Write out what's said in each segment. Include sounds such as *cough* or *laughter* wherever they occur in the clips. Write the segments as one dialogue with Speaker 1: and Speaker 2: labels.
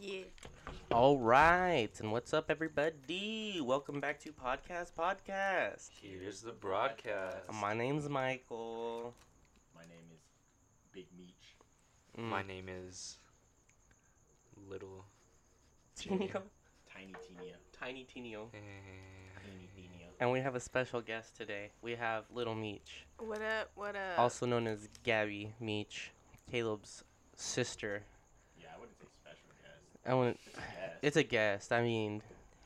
Speaker 1: Yeah.
Speaker 2: All right, and what's up, everybody? Welcome back to Podcast Podcast.
Speaker 3: Here's the broadcast.
Speaker 2: My name's Michael.
Speaker 4: My name is Big Meech.
Speaker 2: Mm,
Speaker 3: My name is Little
Speaker 2: Tinio.
Speaker 4: Tiny Tinia.
Speaker 2: Tiny Tinio.
Speaker 3: and
Speaker 2: *laughs*
Speaker 4: Teeny Tinia.
Speaker 2: And we have a special guest today. We have Little Meech,
Speaker 1: What up? What up?
Speaker 2: also known as Gabby Meech, Caleb's sister.
Speaker 4: Yeah, I wouldn't say special
Speaker 2: *laughs*
Speaker 4: guest.
Speaker 2: I want. It's
Speaker 4: It's a guest.
Speaker 2: a guest. I mean,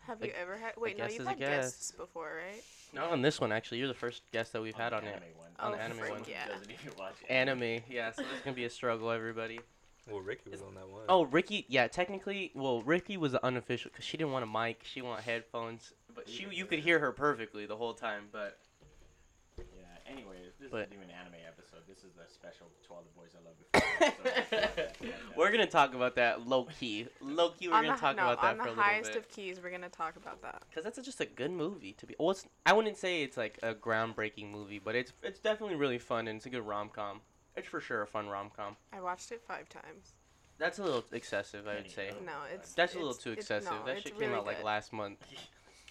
Speaker 1: have
Speaker 2: a-
Speaker 1: you ever had? Wait, no,
Speaker 2: guest
Speaker 1: you've
Speaker 2: is a
Speaker 1: had guests
Speaker 2: guest.
Speaker 1: before, right?
Speaker 2: not on this one actually. You're the first guest that we've had
Speaker 4: the
Speaker 2: on it.
Speaker 4: anime One.
Speaker 2: On
Speaker 1: Oh,
Speaker 2: the anime
Speaker 1: frick,
Speaker 2: one.
Speaker 1: yeah.
Speaker 4: Doesn't even watch
Speaker 2: Anime, yeah. So this is gonna be a struggle, everybody.
Speaker 3: well, Ricky was on that one.
Speaker 2: Oh, Ricky. Yeah, technically, well, Ricky was the unofficial because she didn't want a mic. She wanted headphones, but she you could hear her perfectly the whole time.
Speaker 1: *laughs*
Speaker 2: But
Speaker 4: Yeah. Anyways, this
Speaker 2: But-
Speaker 4: is an anime episode. This is a special to all the boys I love
Speaker 1: *laughs*
Speaker 4: before.
Speaker 2: we're gonna talk about that low key. Low key, we're
Speaker 1: on
Speaker 2: gonna
Speaker 1: the,
Speaker 2: talk
Speaker 1: no,
Speaker 2: about that
Speaker 1: on
Speaker 2: for a
Speaker 1: the
Speaker 2: little
Speaker 1: highest
Speaker 2: bit.
Speaker 1: of keys, we're gonna talk about that.
Speaker 2: Because that's just a good movie to be. Well, it's, I wouldn't say it's like a groundbreaking movie, but it's it's definitely really fun and it's a good rom com. It's for sure a fun rom com.
Speaker 1: I watched it five times.
Speaker 2: That's a little excessive, I would say.
Speaker 1: No, it's
Speaker 2: That's a little
Speaker 1: it's-
Speaker 2: too
Speaker 1: it's-
Speaker 2: excessive.
Speaker 1: no,
Speaker 2: that
Speaker 1: it's
Speaker 2: shit came
Speaker 1: really
Speaker 2: out like
Speaker 1: good. Uh,
Speaker 2: last month.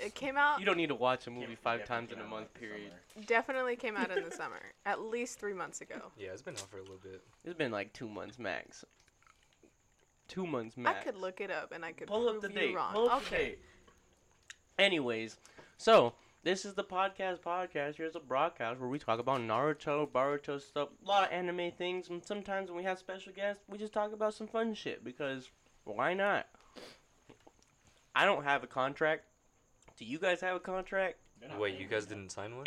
Speaker 1: It came out.
Speaker 2: You don't need to watch a movie five times in a month period.
Speaker 1: definitely came out
Speaker 2: *laughs*
Speaker 1: in the summer, at least three months ago.
Speaker 3: Yeah, it's been out for a little bit.
Speaker 2: It's been like two months max. Two months max.
Speaker 1: I could look it up and I could
Speaker 2: pull
Speaker 1: prove
Speaker 2: up the
Speaker 1: you
Speaker 2: date.
Speaker 1: wrong.
Speaker 2: Pull up the
Speaker 1: okay.
Speaker 2: date. Anyways, so this is the podcast. Podcast. Here's a broadcast where we talk about Naruto, Baruto stuff, a lot of anime things, and sometimes when we have special guests, we just talk about some fun shit because why not? I don't have a contract. Do you guys have a contract? *laughs*
Speaker 3: Wait, you guys didn't sign one?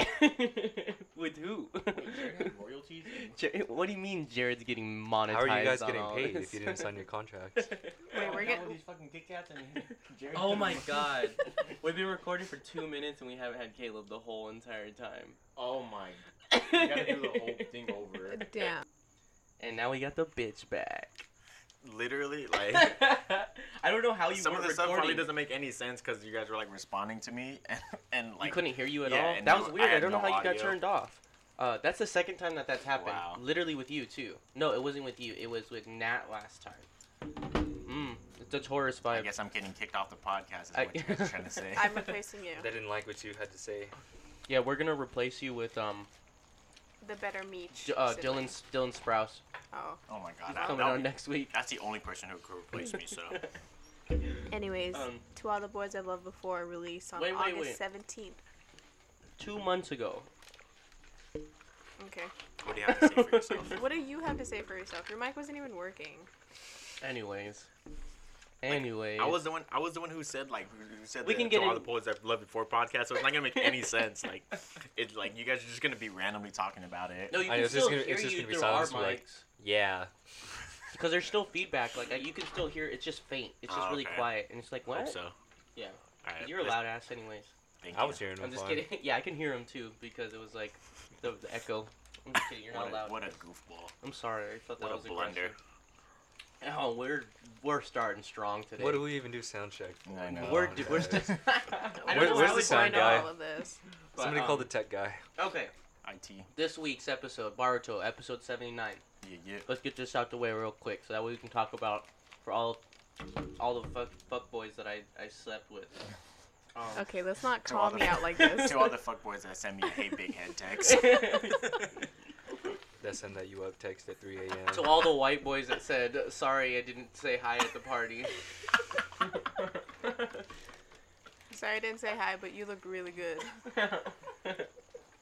Speaker 2: With who?
Speaker 4: Wait, Jared had royalties.
Speaker 2: *laughs* Jared- what do you mean Jared's getting monetized?
Speaker 3: How are you guys
Speaker 2: on
Speaker 3: getting
Speaker 2: all
Speaker 3: paid
Speaker 2: this?
Speaker 3: if you didn't
Speaker 2: *laughs*
Speaker 3: sign your *laughs* contracts?
Speaker 1: Wait, we're
Speaker 4: Got
Speaker 1: getting-
Speaker 4: all these fucking Kit Kats and *laughs* Jared
Speaker 2: Oh
Speaker 4: took
Speaker 2: my
Speaker 4: them.
Speaker 2: *laughs* God. *laughs* We've been recording for two minutes and we haven't had Caleb the whole entire time.
Speaker 4: *laughs* oh my. You gotta do the whole thing
Speaker 2: *laughs*
Speaker 4: over.
Speaker 1: *laughs* Damn.
Speaker 2: And now we got the bitch back.
Speaker 4: Literally,
Speaker 2: *laughs* I don't know how you
Speaker 4: Some
Speaker 2: were
Speaker 4: of the stuff
Speaker 2: recording.
Speaker 4: probably doesn't make any sense because you guys were like responding to me *laughs* and, and like
Speaker 2: you couldn't hear you at
Speaker 4: Yeah,
Speaker 2: all.
Speaker 4: and
Speaker 2: That
Speaker 4: no-
Speaker 2: was
Speaker 4: I
Speaker 2: weird. I,
Speaker 4: had
Speaker 2: don't know
Speaker 4: no
Speaker 2: how you got
Speaker 4: audio.
Speaker 2: turned off. Uh, that's the second time that that's happened.
Speaker 4: Wow.
Speaker 2: Literally with you too. No, it wasn't with you. It was with Nat last time. Mm, it's a Taurus
Speaker 4: I
Speaker 2: vibe.
Speaker 4: guess I'm getting kicked off the podcast.
Speaker 2: *laughs*
Speaker 4: Is
Speaker 2: I-
Speaker 4: what you guys are trying to say.
Speaker 1: I'm replacing you.
Speaker 3: they didn't like what you had to say.
Speaker 2: Yeah, we're gonna replace you with um
Speaker 1: The better Meech.
Speaker 2: J- uh,
Speaker 1: sibling.
Speaker 2: Dylan Dylan Sprouse
Speaker 1: Oh.
Speaker 4: oh my god, I,
Speaker 2: coming
Speaker 4: that'll
Speaker 2: on
Speaker 4: be-
Speaker 2: next week.
Speaker 4: that's the only person who could replace
Speaker 2: *laughs*
Speaker 4: me. So
Speaker 1: Anyways,
Speaker 2: Um,
Speaker 1: to all the boys I loved before release on
Speaker 2: Wait, wait, wait.
Speaker 1: August seventeenth.
Speaker 2: Two months ago,
Speaker 1: Okay.
Speaker 4: what do you have to say for yourself?
Speaker 2: *laughs*
Speaker 1: What do you have to say for yourself? Your mic wasn't even working.
Speaker 2: Anyways. Anyways.
Speaker 4: I was the one. I was the one who said like who who said
Speaker 2: We
Speaker 4: the,
Speaker 2: can get
Speaker 4: to all
Speaker 2: in-
Speaker 4: the polls I've loved before podcast. So it's not gonna make any sense. Like it's like you guys are just gonna be randomly talking about it.
Speaker 2: No, you
Speaker 3: I
Speaker 2: can
Speaker 3: know, it's just
Speaker 2: still
Speaker 3: gonna-
Speaker 2: hear
Speaker 3: it's just
Speaker 2: you
Speaker 3: gonna be
Speaker 2: through our
Speaker 3: silence for, like-
Speaker 2: mics.
Speaker 3: Yeah.
Speaker 2: Because there's still feedback. Like, you can still hear It's just faint. It's just
Speaker 4: Oh,
Speaker 2: really
Speaker 4: okay.
Speaker 2: quiet. And it's like,
Speaker 4: Hope
Speaker 2: what?
Speaker 4: so.
Speaker 2: Yeah.
Speaker 4: All right,
Speaker 2: You're a
Speaker 4: let's-
Speaker 2: loud ass, anyways.
Speaker 4: Thank
Speaker 3: I
Speaker 4: you.
Speaker 3: was hearing them
Speaker 2: I'm just
Speaker 3: fine.
Speaker 2: kidding. *laughs* Yeah, I can hear him too because it was like the, the echo. I'm just kidding. You're
Speaker 4: What
Speaker 2: not
Speaker 4: a,
Speaker 2: loud.
Speaker 4: what a goofball.
Speaker 2: I'm sorry. I thought that
Speaker 4: What a
Speaker 2: was
Speaker 4: blunder.
Speaker 2: aggressive. Oh, we're we're starting strong today.
Speaker 3: What do we even do sound check for?
Speaker 4: *laughs* I know.
Speaker 2: We're,
Speaker 4: Oh,
Speaker 2: d- we're
Speaker 3: guys.
Speaker 2: still. I
Speaker 3: Where-
Speaker 2: don't know
Speaker 3: where's
Speaker 2: how
Speaker 3: the
Speaker 2: we
Speaker 3: sound
Speaker 2: find out,
Speaker 3: guy?
Speaker 1: all of this.
Speaker 2: but,
Speaker 3: Somebody
Speaker 2: um,
Speaker 3: called the tech guy.
Speaker 2: Okay,
Speaker 4: It.
Speaker 2: this week's episode, Baruto, episode 79.
Speaker 4: Yeah, yeah.
Speaker 2: let's get this out the way real quick so that way we can talk about for all all the fuck fuck boys that I, I slept with. Um,
Speaker 1: Okay, let's not
Speaker 4: To all
Speaker 1: call
Speaker 4: the-
Speaker 1: me out like this.
Speaker 2: *laughs*
Speaker 4: to all the fuckboys that send me hey big head texts.
Speaker 3: That send that you up text at 3 a.m.
Speaker 2: to all the white boys that said sorry I didn't say hi at the party.
Speaker 1: *laughs* Sorry I didn't say hi, but you look really good.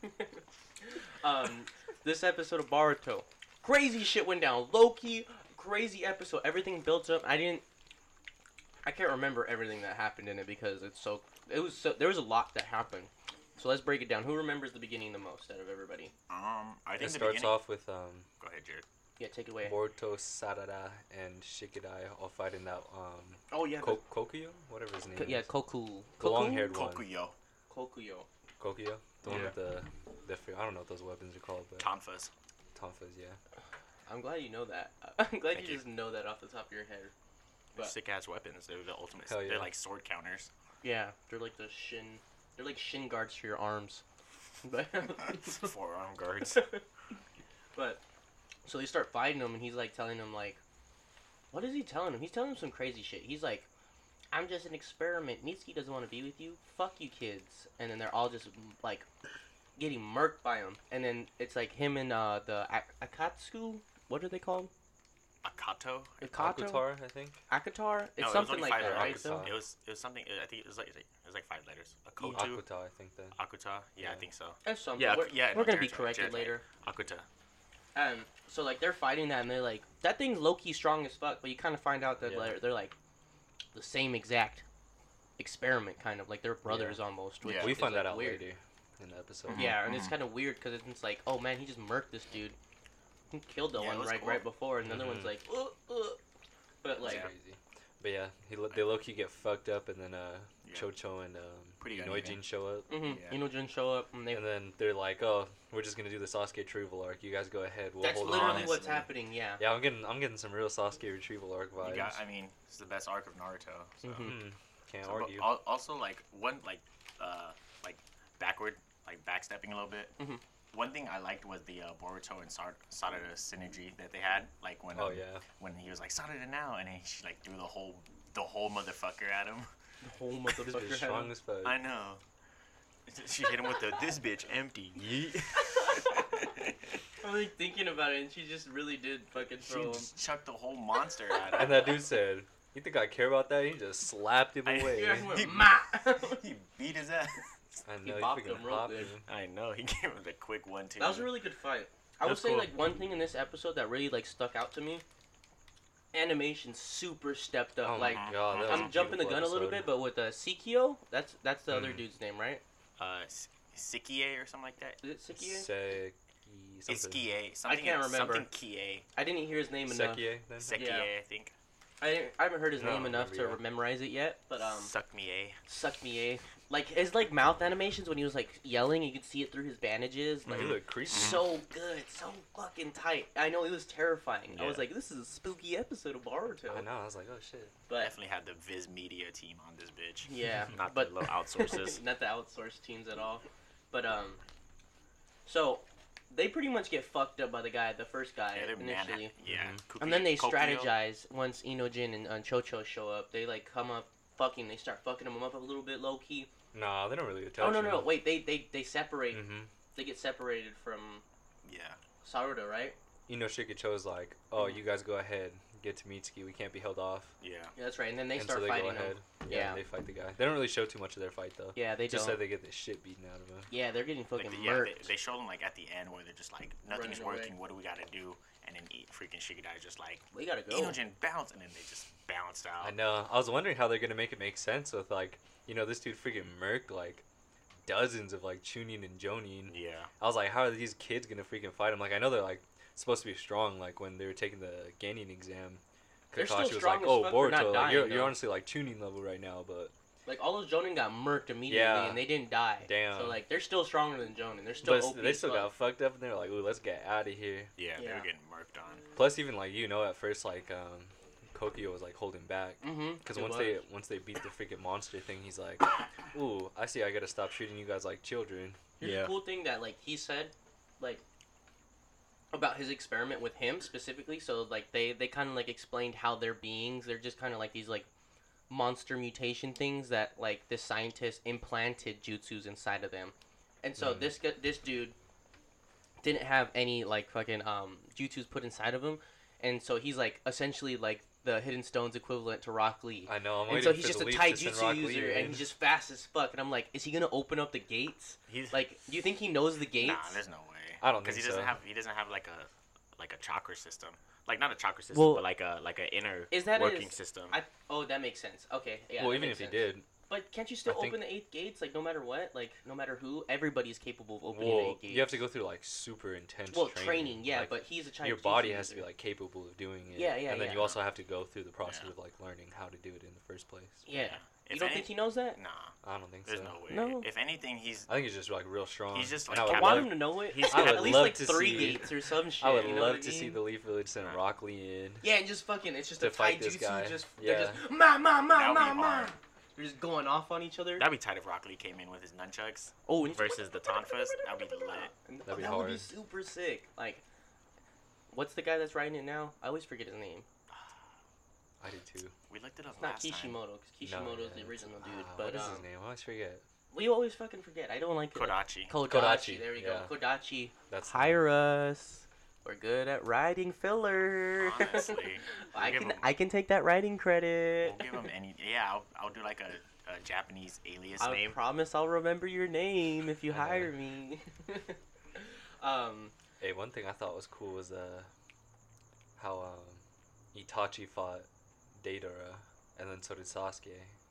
Speaker 2: *laughs* um, this episode of Baruto, crazy shit went down. Loki, crazy episode. Everything built up. I didn't. I can't remember everything that happened in it because it's so. It was so. There was a lot that happened. So let's break it down. Who remembers the beginning the most out of everybody?
Speaker 4: Um, I think
Speaker 3: It
Speaker 4: the
Speaker 3: starts
Speaker 4: beginning-
Speaker 3: off with um,
Speaker 4: Go ahead, Jared.
Speaker 2: Yeah, take it away.
Speaker 3: Boruto, Sarada, and Shikidai all fighting out um,
Speaker 2: Oh yeah,
Speaker 3: Ko- Kokuyo? Whatever his name
Speaker 2: Ko- yeah,
Speaker 3: is.
Speaker 2: Koku.
Speaker 3: The
Speaker 2: Koku?
Speaker 3: long-haired one.
Speaker 4: Kokuyo,
Speaker 2: Kokuyo.
Speaker 3: Kokuyo? The one
Speaker 2: Yeah.
Speaker 3: with the, the... fr- I don't know what those weapons are called, but...
Speaker 4: Tonfas.
Speaker 3: Tonfas, yeah.
Speaker 2: I'm glad you know that. *laughs* I'm glad
Speaker 4: Thank
Speaker 2: you,
Speaker 4: you.
Speaker 2: just know that off the top of your head. But-
Speaker 4: Sick ass weapons. They're the ultimate.
Speaker 3: Hell yeah.
Speaker 4: They're like sword counters.
Speaker 2: Yeah, they're like the shin. They're like shin guards for your arms. *laughs* But
Speaker 4: *laughs* Forearm guards.
Speaker 2: but so they start fighting him, and he's like telling him like, What is he telling him? He's telling him some crazy shit. He's like, I'm just an experiment. Mitsuki doesn't want to be with you. Fuck you, kids. And then they're all just like getting murked by him. And then it's like him and uh, the A- Akatsuku. What are they called?
Speaker 4: Akato.
Speaker 2: Akato?
Speaker 3: Guitar, I think.
Speaker 2: Akatar? It's
Speaker 4: No, it was
Speaker 2: something like
Speaker 4: only five
Speaker 2: that, right?
Speaker 4: letters.
Speaker 2: So,
Speaker 3: Akatar.
Speaker 4: It was it was something. I think it was like it was like five letters. Akoto.
Speaker 3: Akuta, I think that.
Speaker 4: Akuta. Yeah, I
Speaker 3: Yeah.
Speaker 4: think so.
Speaker 2: that's something.
Speaker 4: Yeah,
Speaker 2: we're,
Speaker 4: yeah, no,
Speaker 2: we're gonna be
Speaker 4: Jared's right,
Speaker 2: corrected
Speaker 4: Jared's right.
Speaker 2: later.
Speaker 4: Akuta.
Speaker 2: Um, so like they're fighting that, and they're like, that thing's Loki strong as fuck. But you kind of find out that
Speaker 3: Yeah.
Speaker 2: they're, they're like the same exact experiment, kind of like they're brothers almost. Which
Speaker 4: Yeah.
Speaker 3: we
Speaker 2: is,
Speaker 3: found
Speaker 2: like,
Speaker 3: that out
Speaker 2: weird.
Speaker 3: later Mm-hmm. in the episode.
Speaker 2: Yeah, and it's
Speaker 4: Mhm.
Speaker 2: kind of weird because it's like, oh man, he just murked this dude. He killed the
Speaker 4: Yeah, it
Speaker 2: one
Speaker 4: was
Speaker 2: right
Speaker 4: cool.
Speaker 2: right before, and the other one's
Speaker 3: Mhm.
Speaker 2: like, uh, uh. but like,
Speaker 3: It's crazy. But yeah, he, lo- they low key get fucked up, and then uh,
Speaker 4: Yeah.
Speaker 3: Cho Cho and um,
Speaker 4: Pretty uneven.
Speaker 3: Noijin show up.
Speaker 2: hmm
Speaker 4: Yeah.
Speaker 2: yeah. Inojin show up, and they.
Speaker 3: And then they're like, "Oh, we're just gonna do the Sasuke retrieval arc. You guys go ahead. We'll
Speaker 2: that's
Speaker 3: hold
Speaker 2: literally
Speaker 3: on."
Speaker 2: what's
Speaker 4: honestly.
Speaker 2: happening. Yeah.
Speaker 3: Yeah, I'm getting, I'm getting some real Sasuke retrieval arc vibes.
Speaker 4: You got. I mean, it's the best arc of Naruto. So.
Speaker 2: Mhm.
Speaker 3: Hmm, Can't
Speaker 4: So, but
Speaker 3: argue.
Speaker 4: al- also, like one like uh like backward like backstepping a little bit.
Speaker 2: Mhm.
Speaker 4: One thing I liked was the uh, Boruto and Sar- Sarada synergy that they had. Like when
Speaker 3: Oh
Speaker 4: um,
Speaker 3: yeah,
Speaker 4: when he was like Sarada now, and he she, like threw the whole the whole motherfucker at him.
Speaker 2: The
Speaker 3: *laughs*
Speaker 2: whole
Speaker 3: this bitch
Speaker 2: Oh, motherfucker.
Speaker 3: strong
Speaker 2: *laughs* had-
Speaker 3: as fuck.
Speaker 4: *laughs* I know. *laughs* She hit him with the this bitch *laughs* empty.
Speaker 3: Yeet. *laughs*
Speaker 2: I'm like thinking about it, and she just really did fucking
Speaker 4: She
Speaker 2: throw
Speaker 3: *laughs*
Speaker 2: him.
Speaker 4: just chucked the whole monster at him. *laughs*
Speaker 3: and that dude said, "You think I care about that?" He just slapped him
Speaker 4: I-
Speaker 3: away.
Speaker 2: Yeah, he went,
Speaker 4: He-
Speaker 2: "Ma!" *laughs*
Speaker 4: He beat his ass.
Speaker 3: I
Speaker 2: He
Speaker 3: know
Speaker 2: bopped
Speaker 3: freaking
Speaker 2: him real
Speaker 3: hopped
Speaker 2: good.
Speaker 3: him.
Speaker 4: *laughs* I know. He *laughs* gave him the quick one too.
Speaker 2: That was a really good fight. I
Speaker 4: That
Speaker 2: would
Speaker 4: was
Speaker 2: say
Speaker 4: cool.
Speaker 2: like one thing in this episode that really like stuck out to me. Animation super stepped up.
Speaker 3: Oh
Speaker 2: like
Speaker 3: my god, that was
Speaker 2: I'm jumping the
Speaker 3: beautiful
Speaker 2: gun a little
Speaker 3: episode.
Speaker 2: bit, but with uh, Sekio, that's that's the other
Speaker 4: Mm.
Speaker 2: dude's name, right?
Speaker 4: uh, S- Sikie or something like that.
Speaker 2: Is it Sekio?
Speaker 3: Seki
Speaker 4: It's
Speaker 3: something.
Speaker 4: Kie. Something,
Speaker 2: can't remember.
Speaker 4: Something Kie.
Speaker 2: I didn't hear his name enough.
Speaker 3: Sekie, eh, then?
Speaker 4: Sekie,
Speaker 2: Yeah.
Speaker 4: I think.
Speaker 2: I, didn't- I haven't heard his
Speaker 3: No,
Speaker 2: name enough to
Speaker 3: remember, yeah.
Speaker 2: memorize it yet. But um,
Speaker 4: Suck me eh? a.
Speaker 2: suck me a. Like his like mouth animations when he was like yelling, you could see it through his bandages. Like
Speaker 3: He looked creepy.
Speaker 2: so good, so fucking tight. I know it was terrifying. I was
Speaker 4: Yeah.
Speaker 2: like, this is a spooky episode of Boruto.
Speaker 3: I know. I was like, oh shit.
Speaker 2: But
Speaker 4: Definitely had the Viz Media team on this bitch.
Speaker 3: *laughs*
Speaker 2: Yeah,
Speaker 4: Not
Speaker 2: but-
Speaker 4: the
Speaker 2: *laughs*
Speaker 4: low outsources. *laughs*
Speaker 2: not the outsourced teams at all. But um, so they pretty much get fucked up by the guy, the first guy
Speaker 4: yeah, they're mad at-
Speaker 2: initially, Mm-hmm.
Speaker 4: Yeah.
Speaker 2: and then they
Speaker 4: Kokio.
Speaker 2: strategize once Inojin and, and Chocho show up. They like come up fucking. They start fucking him up a little bit low key.
Speaker 3: Nah, they don't really attach.
Speaker 2: Oh no
Speaker 3: him.
Speaker 2: no wait they they they separate.
Speaker 3: Mm-hmm.
Speaker 2: They get separated from
Speaker 4: Yeah.
Speaker 2: Saruto, right?
Speaker 3: Inoshiki Cho's like, oh, you guys go ahead, get to Mitsuki. We can't be held off.
Speaker 4: Yeah.
Speaker 2: Yeah, that's right. And then they
Speaker 3: and
Speaker 2: start
Speaker 3: so they
Speaker 2: fighting
Speaker 3: go ahead.
Speaker 2: him.
Speaker 3: Yeah,
Speaker 2: Yeah.
Speaker 3: and they fight the guy. They don't really show too much of their fight though.
Speaker 2: Yeah, they
Speaker 3: just
Speaker 2: don't.
Speaker 3: said they get the shit beaten out of them.
Speaker 2: yeah, they're getting fucking
Speaker 4: Like the, yeah they,
Speaker 2: murked.
Speaker 4: they show them like at the end where they're just like nothing's
Speaker 2: Running away.
Speaker 4: working. What do we gotta do? And then eat freaking Shigedai's just like
Speaker 2: we gotta go.
Speaker 4: Enogen bounce, and then they just bounced out.
Speaker 3: I know. I was wondering how they're gonna make it make sense with like, you know, this dude freaking murked like dozens of like Chunin and Jonin.
Speaker 4: Yeah.
Speaker 3: I was like, how are these kids gonna freaking fight him? Like, I know they're like supposed to be strong. Like when they were taking the Ganon exam,
Speaker 2: They're still
Speaker 3: Kakashi was
Speaker 2: strong
Speaker 3: like,
Speaker 2: as
Speaker 3: oh
Speaker 2: fuck for
Speaker 3: Boruto, like,
Speaker 2: not
Speaker 3: you're,
Speaker 2: dying,
Speaker 3: you're
Speaker 2: though."
Speaker 3: honestly like Chunin level right now, but
Speaker 2: Like all those Jonin got murked immediately,
Speaker 3: Yeah.
Speaker 2: and they didn't die.
Speaker 3: Damn.
Speaker 2: So like they're still stronger than Jonin. They're still.
Speaker 3: but
Speaker 2: OP
Speaker 3: they
Speaker 2: as
Speaker 3: still
Speaker 2: fuck.
Speaker 3: got fucked up, and they were like, ooh, let's get out of here.
Speaker 4: Yeah. They
Speaker 2: Yeah.
Speaker 4: were getting murked on.
Speaker 3: Plus, even like you know, at first like um, Kokio was like holding back.
Speaker 2: Mm-hmm.
Speaker 3: Because once they once they beat the freaking monster thing, he's like,
Speaker 2: *coughs*
Speaker 3: "Ooh, I see. I gotta stop treating you guys like children."
Speaker 2: Here's
Speaker 4: Yeah.
Speaker 2: the cool thing that like he said, like about his experiment with him specifically. So like they they kind of like explained how they're beings. They're just kind of like these like monster mutation things that like the scientist implanted jutsus inside of them, and so
Speaker 3: Mm.
Speaker 2: this this gu- this dude didn't have any like fucking um jutsus put inside of him, and so he's like essentially like the hidden stones equivalent to Rock Lee.
Speaker 3: I know. I'm
Speaker 2: and
Speaker 3: waiting
Speaker 2: so
Speaker 3: for
Speaker 2: he's just
Speaker 3: the
Speaker 2: a
Speaker 3: leaf to send
Speaker 2: taijutsu
Speaker 3: Rock
Speaker 2: user,
Speaker 3: Lee
Speaker 2: and
Speaker 3: in.
Speaker 2: he's just fast as fuck. And I'm like, is he gonna open up the gates?
Speaker 4: He's
Speaker 2: Like, do you think he knows the gates?
Speaker 4: Nah, there's no way.
Speaker 3: I don't
Speaker 4: because he
Speaker 3: think
Speaker 4: doesn't
Speaker 3: so.
Speaker 4: have he doesn't have like a like a chakra system, like not a chakra system,
Speaker 2: Well-
Speaker 4: but like a like an inner
Speaker 2: Is that
Speaker 4: working
Speaker 2: his-
Speaker 4: system.
Speaker 2: I oh, that makes sense. Okay, yeah.
Speaker 3: well,
Speaker 2: that
Speaker 3: even if
Speaker 2: makes
Speaker 3: he
Speaker 2: sense.
Speaker 3: did,
Speaker 2: but can't you still
Speaker 3: I think-
Speaker 2: open the eighth gates? Like, no matter what, like no matter who, everybody's capable of opening the
Speaker 3: well,
Speaker 2: eight gates.
Speaker 3: you have to go through like super intense.
Speaker 2: well
Speaker 3: training,
Speaker 2: training, yeah.
Speaker 3: like,
Speaker 2: but he's a Chinese.
Speaker 3: your
Speaker 2: jutsu
Speaker 3: body has to
Speaker 2: user.
Speaker 3: be like capable of doing it.
Speaker 2: Yeah, yeah,
Speaker 3: And then
Speaker 2: yeah.
Speaker 3: you also have to go through the process
Speaker 4: Yeah.
Speaker 3: of like learning how to do it in the first place.
Speaker 2: Yeah. You
Speaker 4: If
Speaker 2: don't
Speaker 4: any-
Speaker 2: think he knows that?
Speaker 4: Nah,
Speaker 3: I don't think
Speaker 4: there's
Speaker 3: so.
Speaker 4: no way.
Speaker 2: No.
Speaker 4: If anything, he's
Speaker 3: I think he's just like real strong.
Speaker 4: He's just,
Speaker 3: And
Speaker 4: like,
Speaker 3: I
Speaker 2: I
Speaker 3: would
Speaker 2: want
Speaker 3: love,
Speaker 2: him to know it. *laughs*
Speaker 4: he's-
Speaker 3: I would
Speaker 2: At least
Speaker 3: love
Speaker 2: like
Speaker 3: to
Speaker 2: three
Speaker 3: see-
Speaker 2: gates or some shit.
Speaker 3: I would
Speaker 2: you know
Speaker 3: love
Speaker 2: what
Speaker 3: to
Speaker 2: I
Speaker 3: see
Speaker 2: mean?
Speaker 3: the Leaf Village send
Speaker 4: Right.
Speaker 3: Rock Lee in.
Speaker 2: Yeah, and just fucking, it's just
Speaker 3: to
Speaker 2: a
Speaker 3: fight
Speaker 2: taijutsu.
Speaker 3: this guy.
Speaker 2: Just
Speaker 3: Yeah.
Speaker 2: they're just ma ma
Speaker 4: That
Speaker 2: ma
Speaker 4: would be
Speaker 2: ma ma.
Speaker 4: hard.
Speaker 2: They're just going off on each other.
Speaker 4: that'd be tight if Rock Lee came in with his nunchucks
Speaker 2: oh, and
Speaker 4: versus the Tonfas. That'd be lit. *sighs*
Speaker 2: And
Speaker 3: That'd be
Speaker 2: that would be
Speaker 3: hard.
Speaker 2: super sick. Like, what's the guy that's writing it now? I always forget his name.
Speaker 3: I did too.
Speaker 4: We looked it up
Speaker 2: It's not
Speaker 4: last time.
Speaker 2: Kishimoto, because
Speaker 3: No,
Speaker 2: Kishimoto's
Speaker 3: yeah,
Speaker 2: the original dude.
Speaker 3: Ah,
Speaker 2: but
Speaker 3: what is
Speaker 2: um,
Speaker 3: his name? I always forget.
Speaker 2: we always fucking forget. I don't like it.
Speaker 4: Kodachi.
Speaker 2: Kodachi.
Speaker 3: Kodachi,
Speaker 2: There we
Speaker 3: yeah.
Speaker 2: go. Kodachi.
Speaker 3: That's the name.
Speaker 2: Hire us. We're good at writing filler. *laughs*
Speaker 4: Honestly,
Speaker 2: I
Speaker 4: give
Speaker 2: can
Speaker 4: him-
Speaker 2: I can take that writing credit.
Speaker 4: we'll give
Speaker 2: *laughs*
Speaker 4: him any. Yeah, I'll, I'll do like a, a Japanese alias
Speaker 2: I
Speaker 4: name.
Speaker 2: promise I'll remember your name if you
Speaker 3: I know.
Speaker 2: hire me. *laughs* um,
Speaker 3: Hey, one thing I thought was cool was uh, how um, Itachi fought Deidara, and then so did Sasuke.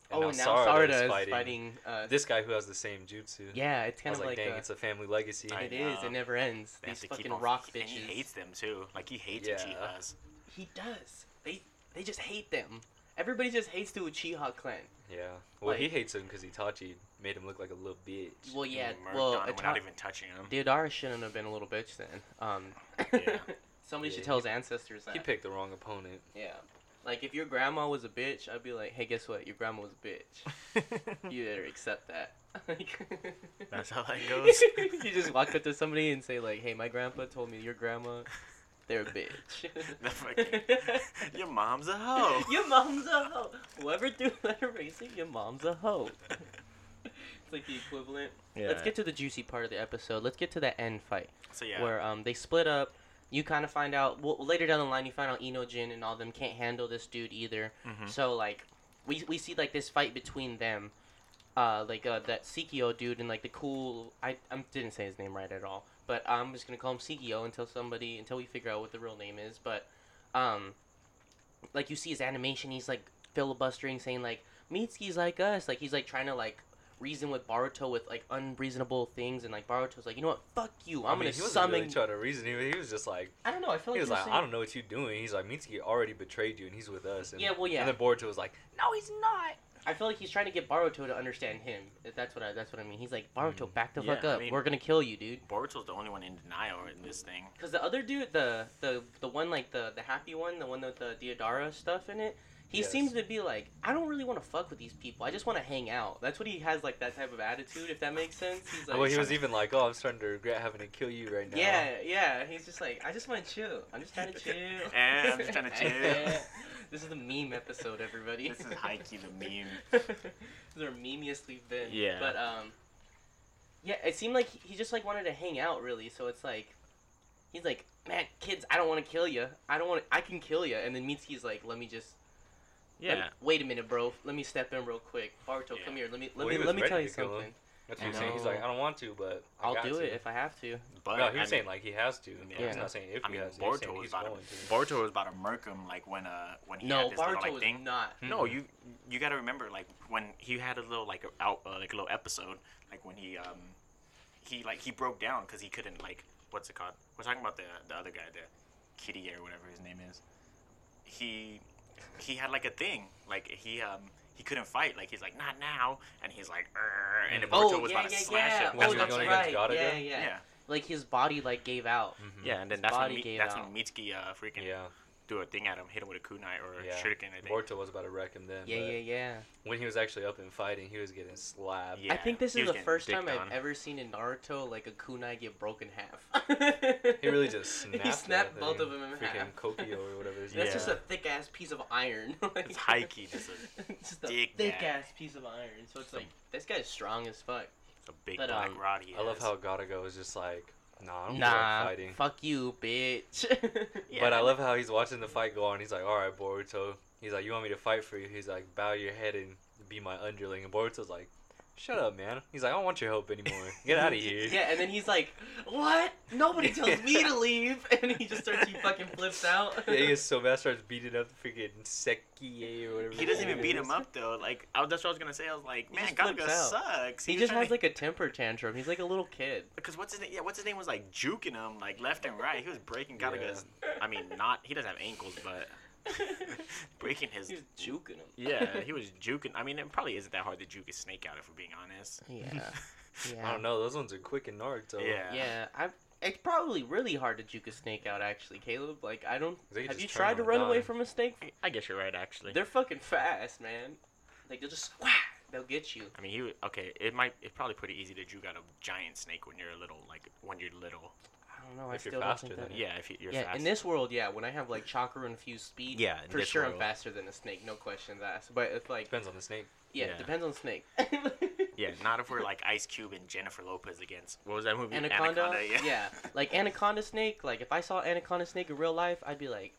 Speaker 3: And
Speaker 2: oh, now
Speaker 3: Sarada
Speaker 2: Sarda is fighting, uh,
Speaker 3: this guy who has the same jutsu.
Speaker 2: Yeah, it's
Speaker 3: I
Speaker 2: kind
Speaker 3: was
Speaker 2: of
Speaker 3: like,
Speaker 2: like,
Speaker 3: dang,
Speaker 2: uh,
Speaker 3: it's a family legacy.
Speaker 4: I
Speaker 2: it is.
Speaker 4: know.
Speaker 2: It never ends.
Speaker 4: They have
Speaker 2: These
Speaker 4: to keep
Speaker 2: fucking
Speaker 4: on-
Speaker 2: rock
Speaker 4: and
Speaker 2: bitches.
Speaker 4: he hates them too. Like he hates
Speaker 3: Yeah.
Speaker 4: Uchihas.
Speaker 2: He does. They they just hate them. Everybody just hates the Uchiha clan.
Speaker 3: Yeah. Well, he
Speaker 2: Like-
Speaker 3: hates him because Itachi made him look like a little bitch.
Speaker 2: Well,
Speaker 4: And
Speaker 2: yeah.
Speaker 4: he murked
Speaker 2: Well,
Speaker 4: on him
Speaker 2: Ita-
Speaker 4: without even touching him.
Speaker 2: *laughs* Deodara shouldn't have been a little bitch then. Um,
Speaker 4: Yeah.
Speaker 2: *laughs* somebody
Speaker 3: Yeah,
Speaker 2: should
Speaker 3: he-
Speaker 2: tell his ancestors that.
Speaker 3: he picked the wrong opponent.
Speaker 2: yeah. Like if your grandma was a bitch, I'd be like, hey, guess what? Your grandma was a bitch. *laughs* You better accept that. *laughs* Like- *laughs*
Speaker 4: That's how that goes.
Speaker 2: you just walk up to somebody and say like, hey, my grandpa told me your grandma, they're a bitch.
Speaker 4: *laughs*
Speaker 2: *laughs*
Speaker 4: The fucking- Your mom's a hoe.
Speaker 2: Your mom's a hoe. Whoever threw letter racing, your mom's a hoe. *laughs* it's like the equivalent. Let's get to the juicy part of the episode. Let's get to that end fight
Speaker 4: so yeah.
Speaker 2: where um they split up. You kind of find out well, later down the line. You find out Enojin and all them can't handle this dude either.
Speaker 4: Mhm.
Speaker 2: So like, we we see like this fight between them, uh like uh that Sekio dude and like the cool I I didn't say his name right at all, but I'm just gonna call him Sekio until somebody until we figure out what the real name is. But um, like you see his animation, he's like filibustering, saying like Mitsuki's like us, like he's like trying to like reason with Baruto with like unreasonable things, and like Baruto's like, you know what, fuck you, I'm
Speaker 3: I mean,
Speaker 2: gonna
Speaker 3: he wasn't
Speaker 2: summon.
Speaker 3: Really trying to reason. He he was just like,
Speaker 2: I don't know. I feel like
Speaker 3: he was
Speaker 2: you're
Speaker 3: like,
Speaker 2: saying-
Speaker 3: I don't know what you're doing. He's like, Mitsuki already betrayed you, and he's with us. And,
Speaker 2: Yeah, well, yeah.
Speaker 3: And then Boruto was like, No, he's not.
Speaker 2: I feel like he's trying to get Baruto to understand him. That's what I. That's what I mean. He's like, Baruto,
Speaker 3: Mhm.
Speaker 2: back the
Speaker 4: Yeah,
Speaker 2: fuck
Speaker 4: I
Speaker 2: up.
Speaker 4: mean-
Speaker 2: We're gonna kill you, dude.
Speaker 4: Boruto's the only one in denial in this thing.
Speaker 2: Because the other dude, the the the one like the the happy one, the one with the Diodara stuff in it, he
Speaker 3: Yes.
Speaker 2: seems to be like, I don't really want to fuck with these people. I just want to hang out. That's what he has like that type of attitude. If that makes sense, he's like.
Speaker 3: well, he was even like, Oh, I'm starting to regret having to kill you right now.
Speaker 2: Yeah, yeah. He's just like, I just want to chill. I'm just
Speaker 4: *laughs*
Speaker 2: trying to chill.
Speaker 4: Eh, I'm just
Speaker 2: *laughs*
Speaker 4: trying to chill.
Speaker 2: this is the meme episode, everybody.
Speaker 4: This is Haikyuu the meme.
Speaker 2: *laughs* They're memeiest we've been.
Speaker 4: Yeah.
Speaker 2: But um, yeah, it seemed like he just like wanted to hang out really. So it's like, he's like, man, kids, I don't want to kill you. I don't want. I can kill you. And then Mitsuki's like, let me just. let me- wait a minute, bro. Let me step in real quick. Baruto,
Speaker 4: Yeah.
Speaker 2: come here. Let me let
Speaker 3: Well, he
Speaker 2: me
Speaker 3: was
Speaker 2: let me
Speaker 3: ready
Speaker 2: tell
Speaker 3: to
Speaker 2: you
Speaker 3: kill him.
Speaker 2: something.
Speaker 3: That's
Speaker 4: I
Speaker 3: what he's saying. He's
Speaker 2: know.
Speaker 3: like, I don't want to, but I
Speaker 2: I'll
Speaker 3: got
Speaker 2: do
Speaker 3: to.
Speaker 2: it if I have to.
Speaker 4: But
Speaker 3: no, he was
Speaker 4: I
Speaker 3: saying
Speaker 4: mean,
Speaker 3: like he has to.
Speaker 4: Yeah.
Speaker 3: He's not saying if
Speaker 4: I
Speaker 3: he
Speaker 4: mean,
Speaker 3: has to. He's
Speaker 4: Boruto
Speaker 3: saying
Speaker 4: was
Speaker 3: he's
Speaker 4: about
Speaker 3: going
Speaker 4: to.
Speaker 3: to.
Speaker 4: Boruto was about to murk him like when uh when he
Speaker 2: no,
Speaker 4: had this little,
Speaker 2: Baruto
Speaker 4: like,
Speaker 2: was Mm-hmm.
Speaker 4: thing.
Speaker 2: not.
Speaker 4: No,
Speaker 3: Mhm.
Speaker 4: you you gotta remember like when he had a little like out uh, like a little episode like when he um he like he broke down because he couldn't like what's it called? We're talking about the the other guy, the Kitty or whatever his name is. He he had like a thing like he um he couldn't fight like he's like not now and he's like "Arr," and then Boruto
Speaker 2: Oh
Speaker 4: was
Speaker 2: yeah,
Speaker 4: about
Speaker 2: yeah,
Speaker 4: to smash
Speaker 2: yeah.
Speaker 4: him.
Speaker 3: When
Speaker 2: Oh,
Speaker 3: he was
Speaker 2: that's
Speaker 3: going
Speaker 2: right.
Speaker 3: against
Speaker 2: Yeah,
Speaker 3: Gaara
Speaker 2: yeah,
Speaker 3: guy?
Speaker 4: yeah.
Speaker 2: Like his body like gave out.
Speaker 3: Mhm.
Speaker 4: Yeah, and then
Speaker 2: His
Speaker 4: that's when,
Speaker 2: body
Speaker 4: Mi-
Speaker 2: gave
Speaker 4: that's
Speaker 2: out.
Speaker 4: when Mitsuki uh, freaking
Speaker 3: Yeah.
Speaker 4: threw a thing at him, hit him with a kunai or
Speaker 3: Yeah.
Speaker 4: a shuriken, I think.
Speaker 3: Boruto was about to wreck him then.
Speaker 2: Yeah,
Speaker 3: but
Speaker 2: yeah, yeah.
Speaker 3: When he was actually up and fighting, he was getting slapped.
Speaker 4: Yeah.
Speaker 2: I think this
Speaker 4: he
Speaker 2: is
Speaker 4: was
Speaker 2: the
Speaker 4: getting
Speaker 2: first
Speaker 4: dicked
Speaker 2: time I've
Speaker 4: on.
Speaker 2: ever seen in Naruto like a kunai get broken in half.
Speaker 3: *laughs* He
Speaker 2: *laughs*
Speaker 3: really just snapped.
Speaker 2: he
Speaker 3: that
Speaker 2: snapped both
Speaker 3: thing.
Speaker 2: of them in
Speaker 3: Freaking
Speaker 2: half.
Speaker 3: Kokio
Speaker 2: *laughs*
Speaker 3: or whatever his
Speaker 2: That's
Speaker 3: name
Speaker 2: just
Speaker 3: is.
Speaker 2: a thick ass piece of iron. *laughs*
Speaker 4: It's Haikyuu, just a
Speaker 2: just a
Speaker 4: dick
Speaker 2: thick
Speaker 4: guy.
Speaker 2: ass piece of iron. So it's like this guy's strong as fuck.
Speaker 4: It's a big
Speaker 2: But,
Speaker 4: black
Speaker 2: um,
Speaker 4: rod he
Speaker 3: I love
Speaker 4: has.
Speaker 3: how Gaaraga was just like, Nah, I'm
Speaker 2: nah,
Speaker 3: fighting.
Speaker 2: fuck you, bitch.
Speaker 4: Yeah,
Speaker 3: but I
Speaker 4: and-
Speaker 3: love how he's watching the fight go on. He's like, all right, Boruto. He's like, you want me to fight for you? He's like, bow your head and be my underling. And Boruto's like, shut up, man. He's like, I don't want your help anymore. *laughs* Get
Speaker 2: *laughs*
Speaker 3: out of here.
Speaker 2: yeah, and then he's like, "What? Nobody tells me to leave," *laughs* and he just starts. He fucking flips out.
Speaker 3: *laughs* Yeah,
Speaker 2: *laughs*
Speaker 3: he gets so mad, starts beating up freaking Sekie or whatever.
Speaker 4: He doesn't even beat him
Speaker 2: *laughs*
Speaker 4: up though. Like I, that's what I was gonna say. I was like,
Speaker 2: He
Speaker 4: man,
Speaker 2: just flips
Speaker 4: Gaga
Speaker 2: out.
Speaker 4: sucks.
Speaker 2: He just has
Speaker 4: *laughs*
Speaker 2: like a temper tantrum. He's like a little kid.
Speaker 4: because what's his name? Yeah, what's his name was like juking him like left and right. He was breaking Gaga's. I mean, not he doesn't have ankles,
Speaker 3: *laughs*
Speaker 4: but breaking his.
Speaker 2: He's juking him.
Speaker 3: *laughs*
Speaker 4: Yeah, he was juking. I mean, it probably isn't that hard to juke a snake out if we're being honest.
Speaker 2: *laughs* Yeah. Yeah.
Speaker 3: I don't know. Those ones are quick in Naruto.
Speaker 4: Yeah.
Speaker 2: Yeah, I. It's probably really hard to juke a snake out, actually, Caleb. Like, I don't.
Speaker 3: They
Speaker 2: Have
Speaker 3: just
Speaker 2: you
Speaker 3: turn
Speaker 2: tried
Speaker 3: on
Speaker 2: to
Speaker 3: a
Speaker 2: run away
Speaker 3: dime.
Speaker 2: from a snake?
Speaker 4: I guess you're right, actually.
Speaker 2: They're fucking fast, man. Like, they'll just whack. They'll get you.
Speaker 4: I mean, he was- okay. It might. It's probably pretty easy to juke out a giant snake when you're a little, like when you're little.
Speaker 2: I don't don't know. I
Speaker 3: If you're
Speaker 2: still don't
Speaker 3: faster
Speaker 2: think
Speaker 3: than
Speaker 2: that.
Speaker 3: it.
Speaker 4: Yeah, if you- you're
Speaker 2: yeah,
Speaker 4: fast.
Speaker 2: in this world, yeah, when I have like chakra infused speed,
Speaker 4: Yeah, in
Speaker 2: for
Speaker 4: this
Speaker 2: sure I'm
Speaker 4: world.
Speaker 2: faster than a snake, no questions asked. But it's like,
Speaker 3: Depends on the snake.
Speaker 2: yeah,
Speaker 4: Yeah.
Speaker 2: it depends on the snake. *laughs*
Speaker 4: yeah, not if we're like Ice Cube and Jennifer Lopez against what was that movie?
Speaker 2: Anaconda, yeah.
Speaker 4: yeah.
Speaker 2: like anaconda snake. Like if I saw anaconda snake in real life, I'd be like,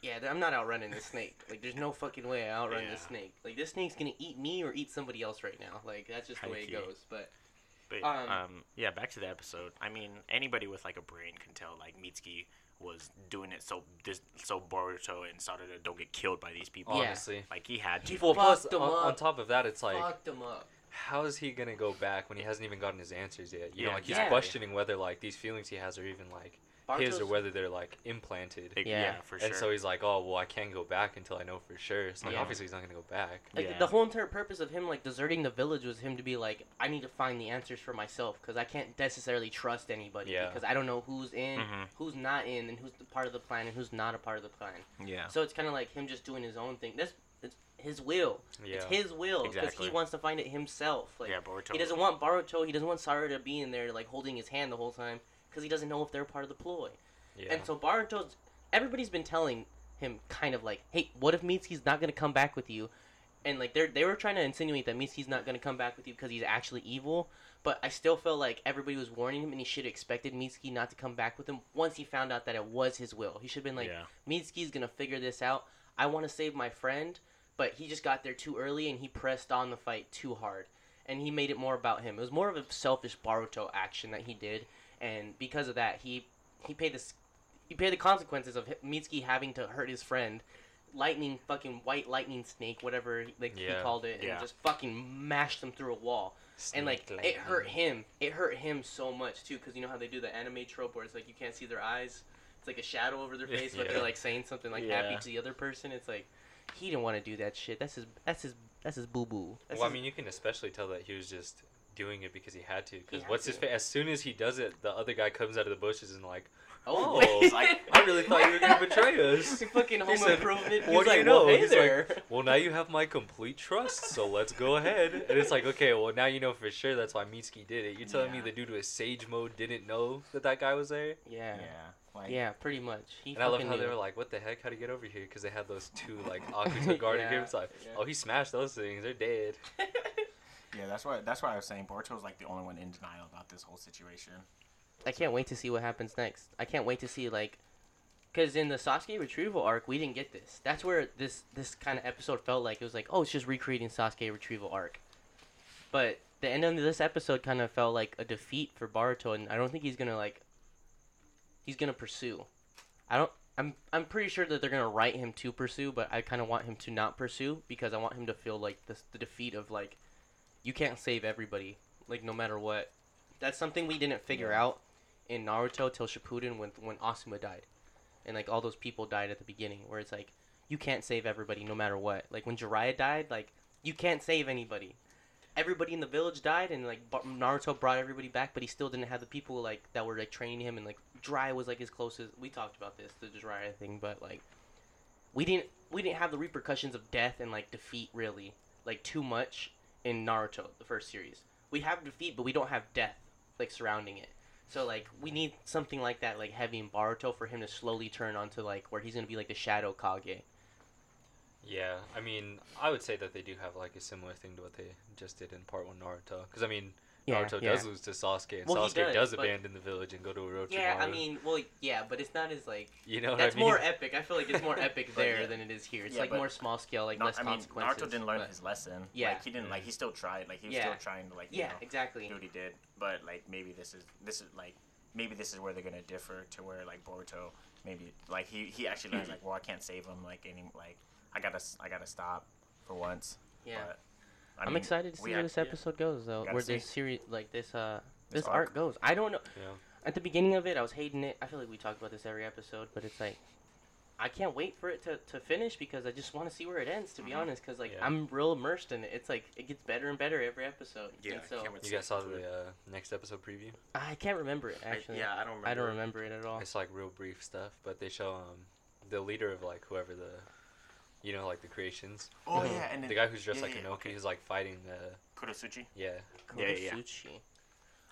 Speaker 2: yeah, th- I'm not outrunning this snake. Like there's no fucking way I outrun this
Speaker 4: Yeah.
Speaker 2: snake. Like this snake's gonna eat me or eat somebody else right now. Like that's just the way it
Speaker 4: High-key.
Speaker 2: goes. But
Speaker 4: But
Speaker 2: Um,
Speaker 4: um, yeah, back to the episode. I mean, anybody with like a brain can tell like Mitsuki was doing it so this so Boruto and Sarada don't get killed by these people.
Speaker 2: Yeah.
Speaker 3: Honestly.
Speaker 4: Like he had to.
Speaker 3: Well,
Speaker 2: Fuck
Speaker 3: plus
Speaker 2: them
Speaker 3: on, on
Speaker 2: up.
Speaker 3: top of that, it's like,
Speaker 2: fucked them up.
Speaker 3: how is he gonna go back when he hasn't even gotten his answers yet? You know,
Speaker 4: Yeah,
Speaker 3: like he's
Speaker 2: exactly.
Speaker 3: questioning whether like these feelings he has are even like his or
Speaker 2: Bartos-
Speaker 3: whether they're like implanted.
Speaker 4: Like,
Speaker 2: Yeah.
Speaker 4: yeah. for sure.
Speaker 3: And so he's like, oh well, I can't go back until I know for sure. So like,
Speaker 2: Yeah.
Speaker 3: obviously he's not gonna go back.
Speaker 2: Like
Speaker 4: Yeah.
Speaker 2: the whole entire purpose of him like deserting the village was him to be like, I need to find the answers for myself because I can't necessarily trust anybody
Speaker 3: Yeah. Mm-hmm.
Speaker 2: because I don't know who's in,
Speaker 4: Mhm.
Speaker 2: who's not in, and who's the part of the plan and who's not a part of the plan.
Speaker 4: yeah.
Speaker 2: So it's kind of like him just doing his own thing. That's it's his will.
Speaker 3: Yeah.
Speaker 2: It's his will because
Speaker 4: Exactly.
Speaker 2: he wants to find it himself. Like
Speaker 4: yeah, Boruto.
Speaker 2: he doesn't want Baruto. He doesn't want Sarada being there like holding his hand the whole time because he doesn't know if they're part of the ploy.
Speaker 3: yeah.
Speaker 2: And so Baruto's everybody's been telling him kind of like, hey, what if Mitsuki's not gonna come back with you? And like they are they were trying to insinuate that Mitsuki's not gonna come back with you because he's actually evil. But I still felt like everybody was warning him, and he should have expected Mitsuki not to come back with him once he found out that it was his will. He should have been like,
Speaker 4: yeah.
Speaker 2: Mitsuki's gonna figure this out. I want to save my friend, but he just got there too early and he pressed on the fight too hard, and he made it more about him. It was more of a selfish Baruto action that he did, and because of that, he he paid this he paid the consequences of hi- Mitsuki having to hurt his friend. Lightning, fucking white lightning snake, whatever like he
Speaker 3: Yeah,
Speaker 2: called it, and
Speaker 4: yeah.
Speaker 2: just fucking mashed him through a wall and like
Speaker 3: Snake
Speaker 2: it hurt
Speaker 3: lightning.
Speaker 2: him it hurt him so much too because you know how they do the anime trope where it's like you can't see their eyes it's like a shadow over their face but
Speaker 3: *laughs*
Speaker 2: they're
Speaker 3: Yeah.
Speaker 2: like saying something like happy
Speaker 4: Yeah.
Speaker 2: to the other person it's like he didn't want to do that shit that's his that's his that's his boo-boo that's
Speaker 3: Well, I
Speaker 2: his-
Speaker 3: mean, you can especially tell that he was just doing it because he had to. Because
Speaker 2: had
Speaker 3: what's his
Speaker 2: to.
Speaker 3: face? As soon as he does it, the other guy comes out of the bushes and like,
Speaker 2: oh,
Speaker 3: oh,
Speaker 4: it's like,
Speaker 3: I really thought you were gonna
Speaker 2: *laughs*
Speaker 3: betray us.
Speaker 2: He fucking home
Speaker 3: said, "What
Speaker 2: improvement he's
Speaker 3: do you
Speaker 2: like well,
Speaker 3: know?"
Speaker 2: hey
Speaker 3: He's like,
Speaker 2: there
Speaker 3: Well, now you have my complete trust, so let's go ahead. And it's like, okay, well now you know for sure that's why Mitsuki did it. You're telling me
Speaker 4: Yeah.
Speaker 3: the dude with sage mode didn't know that that guy was there?
Speaker 2: *laughs* yeah
Speaker 4: Yeah. Like,
Speaker 2: yeah pretty much he
Speaker 3: And I love
Speaker 2: fucking
Speaker 3: how they
Speaker 2: knew.
Speaker 3: were like, "What the heck? How would he get over here?" Because they had those two
Speaker 2: *laughs*
Speaker 3: like Akuto guarding
Speaker 2: Yeah,
Speaker 3: him. It's like,
Speaker 2: yeah.
Speaker 3: oh, he smashed those things. They're dead.
Speaker 4: Yeah, that's why. That's why I was saying Boruto's like the only one in denial about this whole situation.
Speaker 2: I can't wait to see what happens next. I can't wait to see like, because in the Sasuke retrieval arc, we didn't get this. That's where this this kind of episode felt like it was like, oh, it's just recreating Sasuke retrieval arc. But the end of this episode kind of felt like a defeat for Baruto, and I don't think he's gonna like. He's gonna pursue. I don't. I'm I'm pretty sure that they're gonna write him to pursue, but I kind of want him to not pursue because I want him to feel like this the defeat of like, you can't save everybody like no matter what. That's something we didn't figure out in Naruto till Shippuden when when Asuma died, and like all those people died at the beginning, where it's like you can't save everybody no matter what. Like when Jiraiya died, like you can't save anybody. Everybody in the village died, and like Bar- Naruto brought everybody back, but he still didn't have the people like that were like training him, and like Jiraiya was like his closest. We talked about this the Jiraiya thing, but like we didn't we didn't have the repercussions of death and like defeat really like too much in Naruto the first series. We have defeat, but we don't have death like surrounding it. So like we need something like that, like heavy and Baruto, for him to slowly turn onto like where he's gonna be like the Shadow Kage.
Speaker 3: Yeah, I mean, I would say that they do have like a similar thing to what they just did in Part One Naruto. Because I mean, Naruto does lose to Sasuke, and
Speaker 2: Well, he
Speaker 3: Sasuke does,
Speaker 2: does, but-
Speaker 3: abandon the village and go to Orochimaru.
Speaker 2: Yeah, I mean, well, yeah, but it's not as like
Speaker 3: you know what
Speaker 2: that's
Speaker 3: I mean? *laughs*
Speaker 2: more epic. I feel like it's more *laughs* epic
Speaker 4: But
Speaker 2: there
Speaker 4: yeah.
Speaker 2: than it is here. It's
Speaker 4: Yeah,
Speaker 2: like
Speaker 4: but
Speaker 2: more small scale, like
Speaker 4: No,
Speaker 2: less
Speaker 4: I mean,
Speaker 2: consequences.
Speaker 4: Naruto didn't learn
Speaker 2: but-
Speaker 4: his lesson.
Speaker 2: Yeah.
Speaker 4: like, he didn't like. He still tried. Like he was
Speaker 2: Yeah.
Speaker 4: still trying to like. You
Speaker 2: Yeah,
Speaker 4: know,
Speaker 2: exactly.
Speaker 4: do what he did. But like maybe this is this is like maybe this is where they're gonna differ to where like Boruto maybe like he he actually learns like well I can't save him like any like I gotta s- I gotta stop for once.
Speaker 2: Yeah,
Speaker 4: But, I
Speaker 2: I'm
Speaker 4: mean,
Speaker 2: excited to
Speaker 4: we
Speaker 2: see where
Speaker 4: act-
Speaker 2: this
Speaker 4: yeah.
Speaker 2: episode goes though,
Speaker 4: Gotta
Speaker 2: where
Speaker 4: see.
Speaker 2: this series, like this, uh,
Speaker 4: This
Speaker 2: this, arc.
Speaker 4: arc.
Speaker 2: goes. I don't know.
Speaker 3: Yeah.
Speaker 2: At the beginning of it, I was hating it. I feel like we talk about this every episode, but it's like. I can't wait for it to, to finish because I just want to see where it ends. To be
Speaker 4: Mhm.
Speaker 2: honest, because like
Speaker 3: Yeah.
Speaker 2: I'm real immersed in it. It's like it gets better and better every episode.
Speaker 4: Yeah,
Speaker 2: And
Speaker 4: I
Speaker 2: so
Speaker 4: can't wait to
Speaker 3: You
Speaker 4: see
Speaker 3: guys saw
Speaker 4: it.
Speaker 3: the uh, next episode preview?
Speaker 2: I can't remember it
Speaker 4: I-
Speaker 2: actually.
Speaker 4: yeah, I don't remember.
Speaker 2: I don't remember it at all.
Speaker 3: It's like real brief stuff, but they show um the leader of like whoever the, you know, like the creations,
Speaker 4: Oh
Speaker 2: Mhm.
Speaker 4: yeah, and then
Speaker 3: the guy who's dressed
Speaker 4: yeah,
Speaker 3: like
Speaker 4: yeah,
Speaker 3: Inoki, who's like fighting the
Speaker 4: Kurosuchi.
Speaker 3: yeah.
Speaker 4: Yeah, yeah, yeah.
Speaker 2: Kodosuchi.